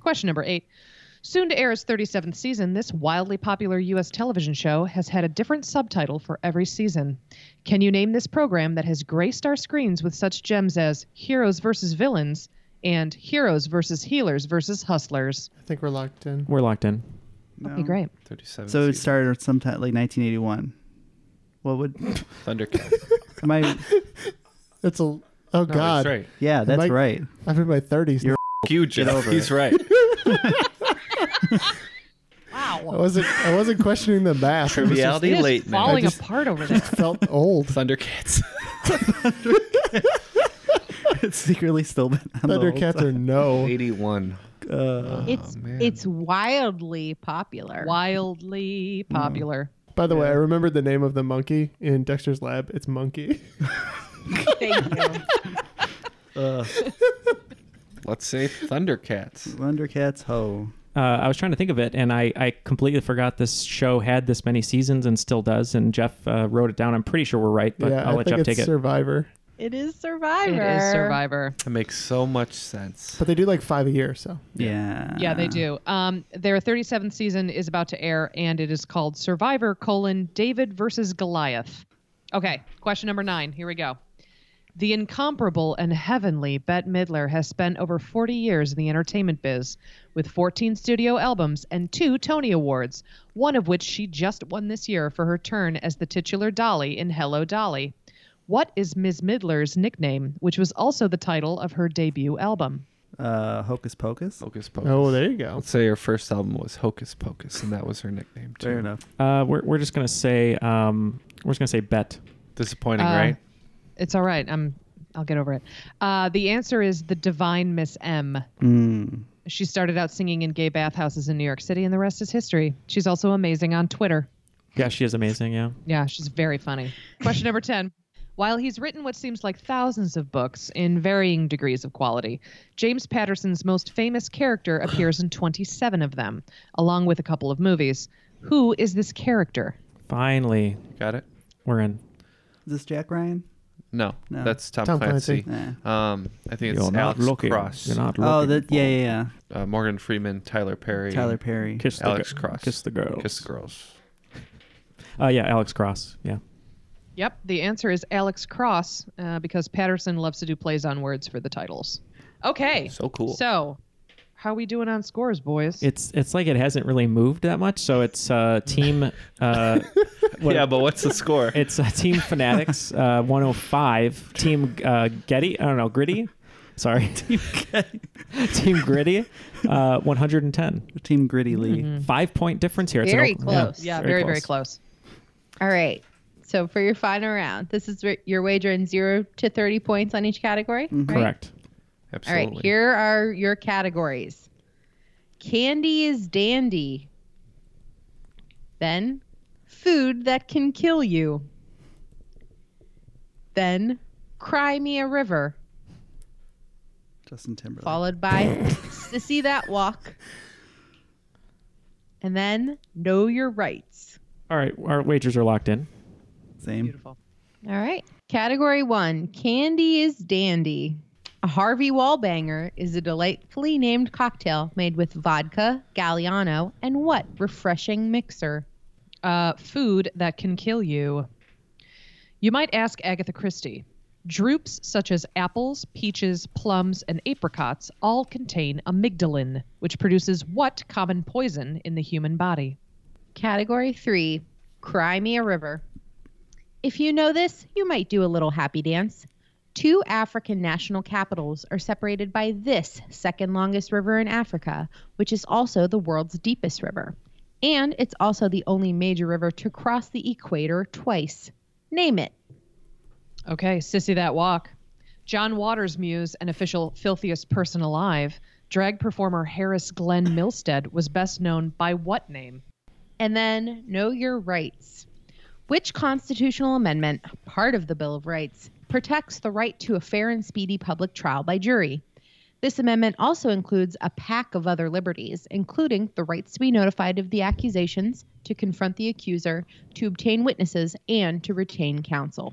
Speaker 9: Question number eight. Soon to air its 37th season, this wildly popular U.S. television show has had a different subtitle for every season. Can you name this program that has graced our screens with such gems as Heroes versus Villains and Heroes versus Healers versus Hustlers?
Speaker 7: I think we're locked in.
Speaker 3: We're locked in.
Speaker 9: Okay, great.
Speaker 5: Thirty-seven.
Speaker 6: So it
Speaker 5: season.
Speaker 6: started sometime like 1981. What would
Speaker 5: Thundercat.
Speaker 6: am I?
Speaker 7: It's a oh
Speaker 5: No,
Speaker 7: god.
Speaker 5: That's right.
Speaker 6: Yeah, that's
Speaker 7: Mike-
Speaker 6: right.
Speaker 7: I'm in my 30s.
Speaker 6: You're-
Speaker 7: now.
Speaker 5: F- You, Jeff.
Speaker 6: over it.
Speaker 5: He's right.
Speaker 7: I wasn't I wasn't questioning the math. I was just-
Speaker 5: Triviality
Speaker 9: It is
Speaker 5: late now.
Speaker 9: falling
Speaker 7: I just-
Speaker 9: apart over there.
Speaker 7: felt old.
Speaker 5: Thundercats.
Speaker 6: It's secretly still been on the whole Uh,
Speaker 7: Thundercats are no.
Speaker 5: Eighty-one.
Speaker 15: it's
Speaker 5: man.
Speaker 15: it's wildly popular.
Speaker 9: Wildly popular.
Speaker 7: By the way, I remembered the name of the monkey in Dexter's lab. It's Monkey.
Speaker 15: Thank you.
Speaker 5: Let's say Thundercats.
Speaker 6: time. Thundercats ho.
Speaker 3: Uh, I was trying to think of it, and I, I completely forgot this show had this many seasons and still does. And Jeff uh, wrote it down. I'm pretty sure we're right, but
Speaker 7: yeah,
Speaker 3: I'll
Speaker 7: I
Speaker 3: let
Speaker 7: think
Speaker 3: Jeff
Speaker 7: it's
Speaker 3: take it.
Speaker 7: Survivor.
Speaker 15: It is Survivor.
Speaker 9: It is Survivor.
Speaker 5: That makes so much sense.
Speaker 7: But they do like five a year, so
Speaker 6: Yeah.
Speaker 9: Yeah, they do. Um, their 37th season is about to air, and it is called Survivor: colon, David versus Goliath. Okay, question number nine. Here we go. The incomparable and heavenly Bette Midler has spent over 40 years in the entertainment biz, with 14 studio albums and two Tony Awards, one of which she just won this year for her turn as the titular Dolly in Hello Dolly. What is Ms. Midler's nickname, which was also the title of her debut album?
Speaker 6: Uh, Hocus Pocus.
Speaker 5: Hocus Pocus.
Speaker 7: oh, there you go.
Speaker 5: Let's say her first album was Hocus Pocus, and that was her nickname too.
Speaker 6: Fair enough.
Speaker 3: Uh, we're, we're just gonna say um, we're just gonna say bet.
Speaker 5: Disappointing,
Speaker 9: Uh,
Speaker 5: right?
Speaker 9: It's all right. I'm. I'll get over it. Uh, the answer is the divine Miss M.
Speaker 6: Mm.
Speaker 9: She started out singing in gay bathhouses in New York City, and the rest is history. She's also amazing on Twitter.
Speaker 3: Yeah, she is amazing. Yeah.
Speaker 9: Yeah, she's very funny. Question number 10. While he's written what seems like thousands of books in varying degrees of quality, James Patterson's most famous character appears in 27 of them, along with a couple of movies. Who is this character?
Speaker 3: Finally,
Speaker 5: Got it.
Speaker 3: We're in.
Speaker 6: Is this Jack Ryan?
Speaker 5: No,
Speaker 6: No.
Speaker 5: that's Tom,
Speaker 6: Tom
Speaker 5: Clancy.
Speaker 6: Clancy.
Speaker 5: Um, I think it's
Speaker 3: You're not
Speaker 5: Alex
Speaker 3: looking.
Speaker 5: Cross.
Speaker 3: You're not
Speaker 6: Oh, that yeah, yeah, yeah.
Speaker 5: Uh, Morgan Freeman, Tyler Perry,
Speaker 6: Tyler Perry. Kiss the
Speaker 5: Alex
Speaker 6: gi-
Speaker 5: Cross,
Speaker 3: kiss the girls.
Speaker 5: Kiss the Girls.
Speaker 3: Uh, yeah, Alex Cross. Yeah.
Speaker 9: Yep, the answer is Alex Cross uh, because Patterson loves to do plays on words for the titles. Okay.
Speaker 3: So cool.
Speaker 9: So, how we doing on scores, boys?
Speaker 3: It's it's like it hasn't really moved that much. So it's uh, team. Uh,
Speaker 5: Yeah, but what's the score?
Speaker 3: It's uh, team Fanatics uh, 105. Team uh, Getty. I don't know. Gritty. Sorry. Team Getty. team Gritty. Uh, 110.
Speaker 6: Team Gritty Lee.
Speaker 3: Five point difference here. It's an
Speaker 8: Very
Speaker 3: open-
Speaker 8: close.
Speaker 9: yeah, very, very close.
Speaker 8: All right. So for your final round, this is re- your wager in zero to 30 points on each category.
Speaker 6: Mm-hmm.
Speaker 8: right?
Speaker 3: Mm-hmm. Correct.
Speaker 8: All right. Here are your categories Candy is dandy. Then food that can kill you. Then cry me a river.
Speaker 6: Justin Timberlake.
Speaker 8: followed by Sissy That Walk. And then Know Your Rights.
Speaker 3: All right. Our wagers are locked in.
Speaker 6: Same.
Speaker 9: Beautiful.
Speaker 8: All right. Category one Candy is Dandy. A Harvey Wallbanger is a delightfully named cocktail made with vodka, Galliano, and what refreshing mixer?
Speaker 9: Uh, food that can kill you. You might ask Agatha Christie. Droops such as apples, peaches, plums, and apricots all contain amygdalin, which produces what common poison in the human body?
Speaker 8: Category three Cry Me a River. If you know this, you might do a little happy dance. Two African national capitals are separated by this second longest river in Africa, which is also the world's deepest river. And it's also the only major river to cross the equator twice. Name it.
Speaker 9: Okay, Sissy That Walk. John Waters' muse and official filthiest person alive, drag performer Harris Glenn Milstead was best known by what name?
Speaker 8: And then know your rights. Which constitutional amendment, part of the Bill of Rights, protects the right to a fair and speedy public trial by jury? This amendment also includes a pack of other liberties, including the rights to be notified of the accusations, to confront the accuser, to obtain witnesses, and to retain counsel.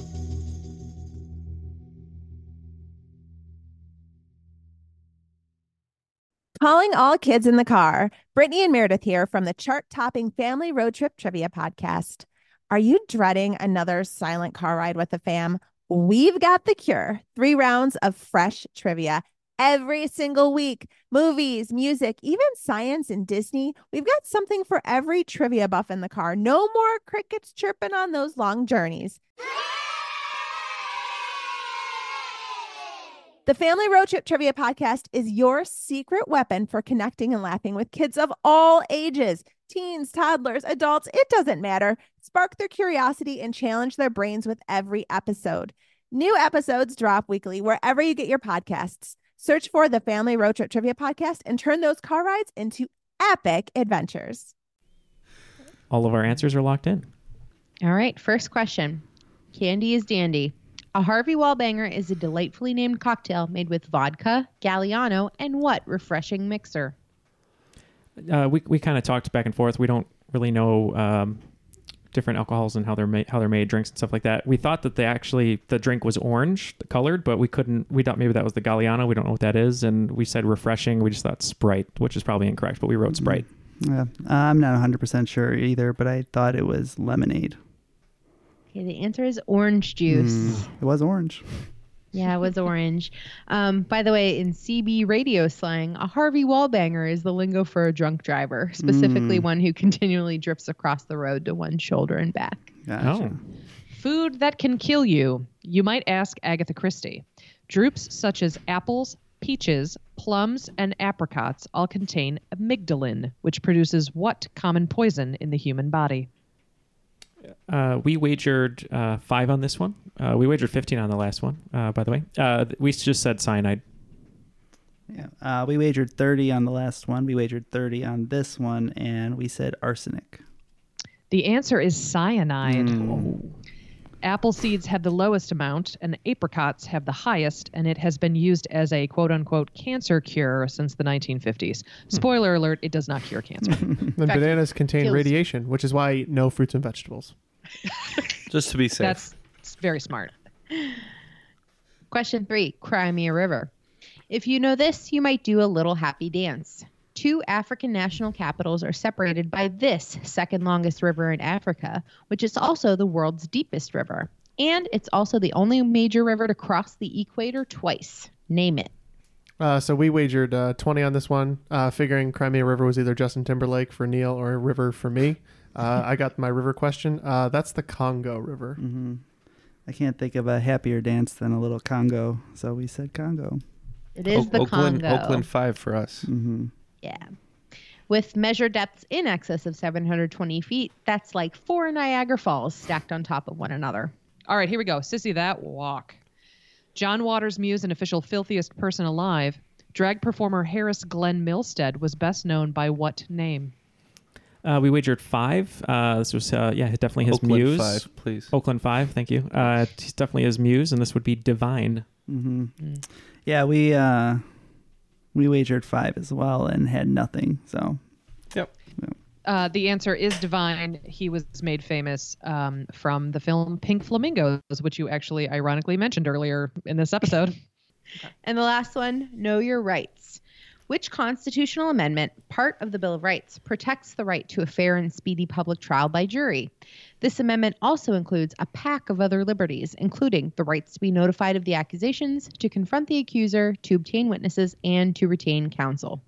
Speaker 13: Calling all kids in the car. Brittany and Meredith here from the chart topping Family Road Trip Trivia Podcast. Are you dreading another silent car ride with the fam? We've got the cure three rounds of fresh trivia every single week movies, music, even science and Disney. We've got something for every trivia buff in the car. No more crickets chirping on those long journeys. The Family Road Trip Trivia Podcast is your secret weapon for connecting and laughing with kids of all ages teens, toddlers, adults, it doesn't matter. Spark their curiosity and challenge their brains with every episode. New episodes drop weekly wherever you get your podcasts. Search for the Family Road Trip Trivia Podcast and turn those car rides into epic adventures.
Speaker 3: All of our answers are locked in.
Speaker 8: All right, first question. Candy is dandy. A Harvey Wallbanger is a delightfully named cocktail made with vodka, Galliano, and what refreshing mixer?
Speaker 3: uh, we we kind of talked back and forth. We don't really know um, different alcohols and how they're made, how they're made, drinks and stuff like that. We thought that they actually the drink was orange the colored, but we couldn't. We thought maybe that was the Galliano. We don't know what that is, and we said refreshing. We just thought Sprite, which is probably incorrect, but we
Speaker 5: Mm-hmm.
Speaker 3: wrote Sprite.
Speaker 6: Yeah. I'm not 100% sure either, but I thought it was lemonade.
Speaker 8: Okay, the answer is orange juice.
Speaker 6: Mm. It was orange.
Speaker 8: Yeah, it was orange. Um, by the way, in CB radio slang, a Harvey Wallbanger is the lingo for a drunk driver, specifically
Speaker 9: Mm.
Speaker 8: one who continually drifts across the road to one shoulder and back.
Speaker 9: Oh. Food that can kill you. You might ask Agatha Christie. Droops such as apples, peaches, plums, and apricots all contain amygdalin, which produces what common poison in the human body?
Speaker 3: Uh, we wagered uh, five on this one. Uh, we wagered 15 on the last one, uh, by the way. Uh, th- we just said cyanide.
Speaker 6: Yeah. Uh, we wagered 30 on the last one. We wagered 30 on this one, and we said arsenic.
Speaker 9: The answer is cyanide. Apple seeds have the lowest amount, and apricots have the highest, and it has been used as a quote unquote cancer cure since the 1950s. Spoiler alert, it does not cure cancer.
Speaker 7: And
Speaker 9: Hmm. fact,
Speaker 7: bananas contain
Speaker 9: kills-
Speaker 7: radiation, which is why I eat no fruits and vegetables.
Speaker 5: Just to be safe.
Speaker 9: That's it's very smart.
Speaker 8: Question three Crimea River. If you know this, you might do a little happy dance. Two African national capitals are separated by this second longest river in Africa, which is also the world's deepest river. And it's also the only major river to cross the equator twice. Name it.
Speaker 7: Uh, so we wagered uh, 20 on this one, uh, figuring Crimea River was either Justin Timberlake for Neil or a river for me. Uh, I got my river question. Uh, that's the Congo River.
Speaker 6: Mm-hmm. I can't think of a happier dance than a little Congo, so we said Congo.
Speaker 8: It is the
Speaker 5: Oakland,
Speaker 8: Congo.
Speaker 5: Oakland five for us.
Speaker 6: Mm-hmm.
Speaker 8: Yeah. With measure depths in excess of 720 feet, that's like four Niagara Falls stacked on top of one another.
Speaker 9: All right, here we go. Sissy that walk. John Waters Muse, an official filthiest person alive, drag performer Harris Glenn Milstead was best known by what name?
Speaker 3: Uh, we wagered five. Uh, this was, uh, yeah, definitely his
Speaker 5: Oakland
Speaker 3: muse.
Speaker 5: five, please.
Speaker 3: Oakland five, thank you. Uh, he's definitely his muse, and this would be divine.
Speaker 6: Mm-hmm.
Speaker 9: Mm.
Speaker 6: Yeah, we uh, we wagered five as well and had nothing. So
Speaker 5: Yep.
Speaker 9: Uh, the answer is divine. He was made famous um, from the film Pink Flamingos, which you actually ironically mentioned earlier in this episode.
Speaker 8: And the last one, know your rights. Which constitutional amendment, part of the Bill of Rights, protects the right to a fair and speedy public trial by jury? This amendment also includes a pack of other liberties, including the rights to be notified of the accusations, to confront the accuser, to obtain witnesses, and to retain counsel.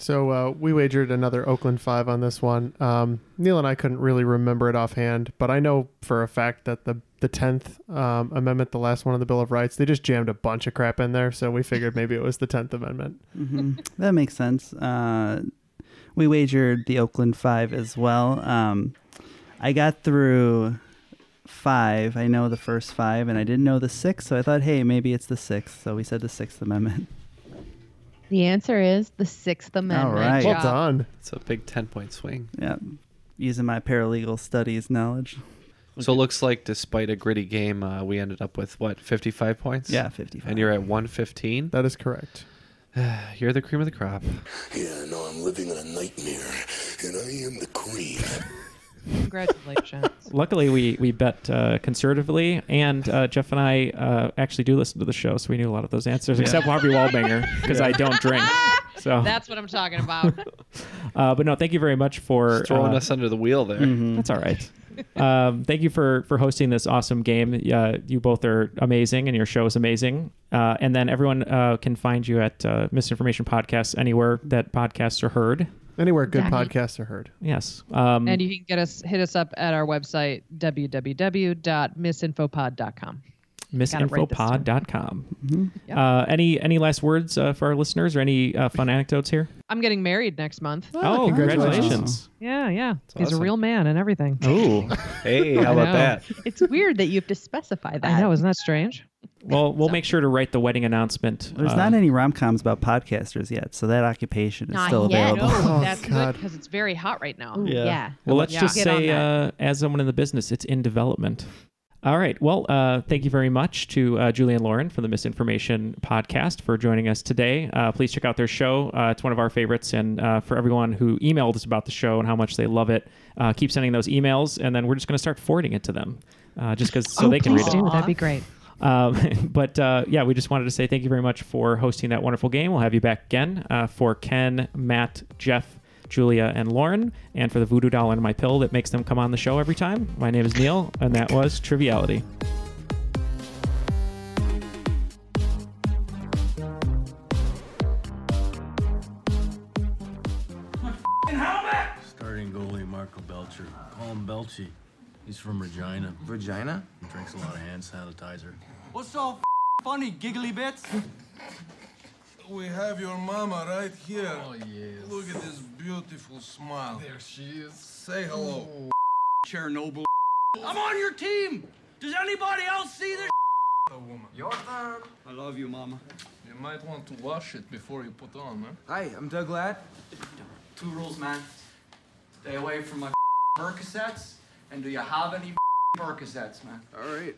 Speaker 7: So uh, we wagered another Oakland five on this one. Um, Neil and I couldn't really remember it offhand, but I know for a fact that the the tenth um, amendment, the last one of the Bill of Rights, they just jammed a bunch of crap in there. So we figured maybe it was the tenth amendment.
Speaker 9: Mm-hmm.
Speaker 6: hmm that makes sense. Uh, we wagered the Oakland Five as well. Um, I got through five. I know the first five, and I didn't know the sixth. So I thought, hey, maybe it's the sixth. So we said the Sixth Amendment.
Speaker 8: The answer is the Sixth Amendment.
Speaker 7: Well done.
Speaker 5: It's a big ten point swing.
Speaker 6: Yeah, using my paralegal studies knowledge.
Speaker 5: So it looks like, despite a gritty game, uh, we ended up with what fifty five points.
Speaker 6: Yeah, 55.
Speaker 5: And you're at one fifteen.
Speaker 7: That is correct.
Speaker 5: You're the cream of the crop.
Speaker 11: Yeah, no, I'm living in a nightmare, and I am the cream.
Speaker 9: Congratulations.
Speaker 3: Luckily, we we bet uh, conservatively, and uh, Jeff and I uh, actually do listen to the show, so we knew a lot of those answers,
Speaker 9: Yeah.
Speaker 3: except Harvey Wallbanger, because I don't drink. So,
Speaker 9: That's what I'm talking about.
Speaker 3: uh, but no, thank you very much for
Speaker 5: Throwing
Speaker 3: uh,
Speaker 5: us under the wheel there.
Speaker 3: That's all right. um, thank you for for hosting this awesome game. Uh, you both are amazing, and your show is amazing. Uh, and then everyone uh, can find you at uh, Misinformation Podcasts anywhere that podcasts are heard.
Speaker 7: Anywhere good
Speaker 9: Yeah.
Speaker 7: podcasts are heard.
Speaker 3: Yes. Um,
Speaker 9: and you can get us hit us up at our website www.misinfopod.com. right this time.
Speaker 3: misinfopod.com.
Speaker 5: Mm-hmm.
Speaker 3: Uh, any any last words uh, for our listeners or any uh, fun anecdotes here?
Speaker 9: I'm getting married next month.
Speaker 3: Oh, congratulations.
Speaker 9: Yeah, yeah.
Speaker 3: That's
Speaker 9: He's
Speaker 3: awesome.
Speaker 9: a real man and everything.
Speaker 3: Oh,
Speaker 5: hey,
Speaker 9: I
Speaker 5: how
Speaker 9: know.
Speaker 5: about that?
Speaker 8: It's weird that you have to specify that.
Speaker 9: I know, isn't that strange?
Speaker 3: Well, we'll make sure to write the wedding announcement.
Speaker 6: There's
Speaker 3: uh,
Speaker 6: not any rom coms about podcasters yet, so that occupation is
Speaker 9: Not
Speaker 6: still
Speaker 9: yet.
Speaker 6: available.
Speaker 9: No, that's good because it's very hot right now.
Speaker 3: Well, let's
Speaker 9: Yeah.
Speaker 3: just
Speaker 9: Get on
Speaker 3: say,
Speaker 9: that.
Speaker 3: uh, as someone in the business, it's in development. All right. Well, uh, thank you very much to uh, Julie and Lauren from the Misinformation Podcast for joining us today. Uh, please check out their show. Uh, it's one of our favorites. And uh, for everyone who emailed us about the show and how much they love it, uh, keep sending those emails. And then we're just going to start forwarding it to them uh, just because so
Speaker 9: Oh,
Speaker 3: they can read
Speaker 9: please do.
Speaker 3: it.
Speaker 9: That'd be great.
Speaker 3: Um, but uh, yeah, we just wanted to say thank you very much for hosting that wonderful game. We'll have you back again uh, for Ken, Matt, Jeff, Julia, and Lauren, and for the voodoo doll and my pill that makes them come on the show every time. My name is Neil, and that was Triviality.
Speaker 16: Starting goalie Marco Belcher. Call him Belchy. He's from Regina. Regina? Drinks a lot of hand sanitizer.
Speaker 17: What's so funny, giggly bits?
Speaker 18: We have your mama right here. Oh, yes. Look at this beautiful smile. There she is. Say hello.
Speaker 17: Chernobyl. I'm on your team. Does anybody else see this?
Speaker 18: The woman. Your turn.
Speaker 17: I love you, Mama.
Speaker 18: You might want to wash it before you put on, man.
Speaker 17: Hi, I'm Doug Ladd. Two rules, man. Stay away from my Percocets, and do you have any Percocets, man? All right.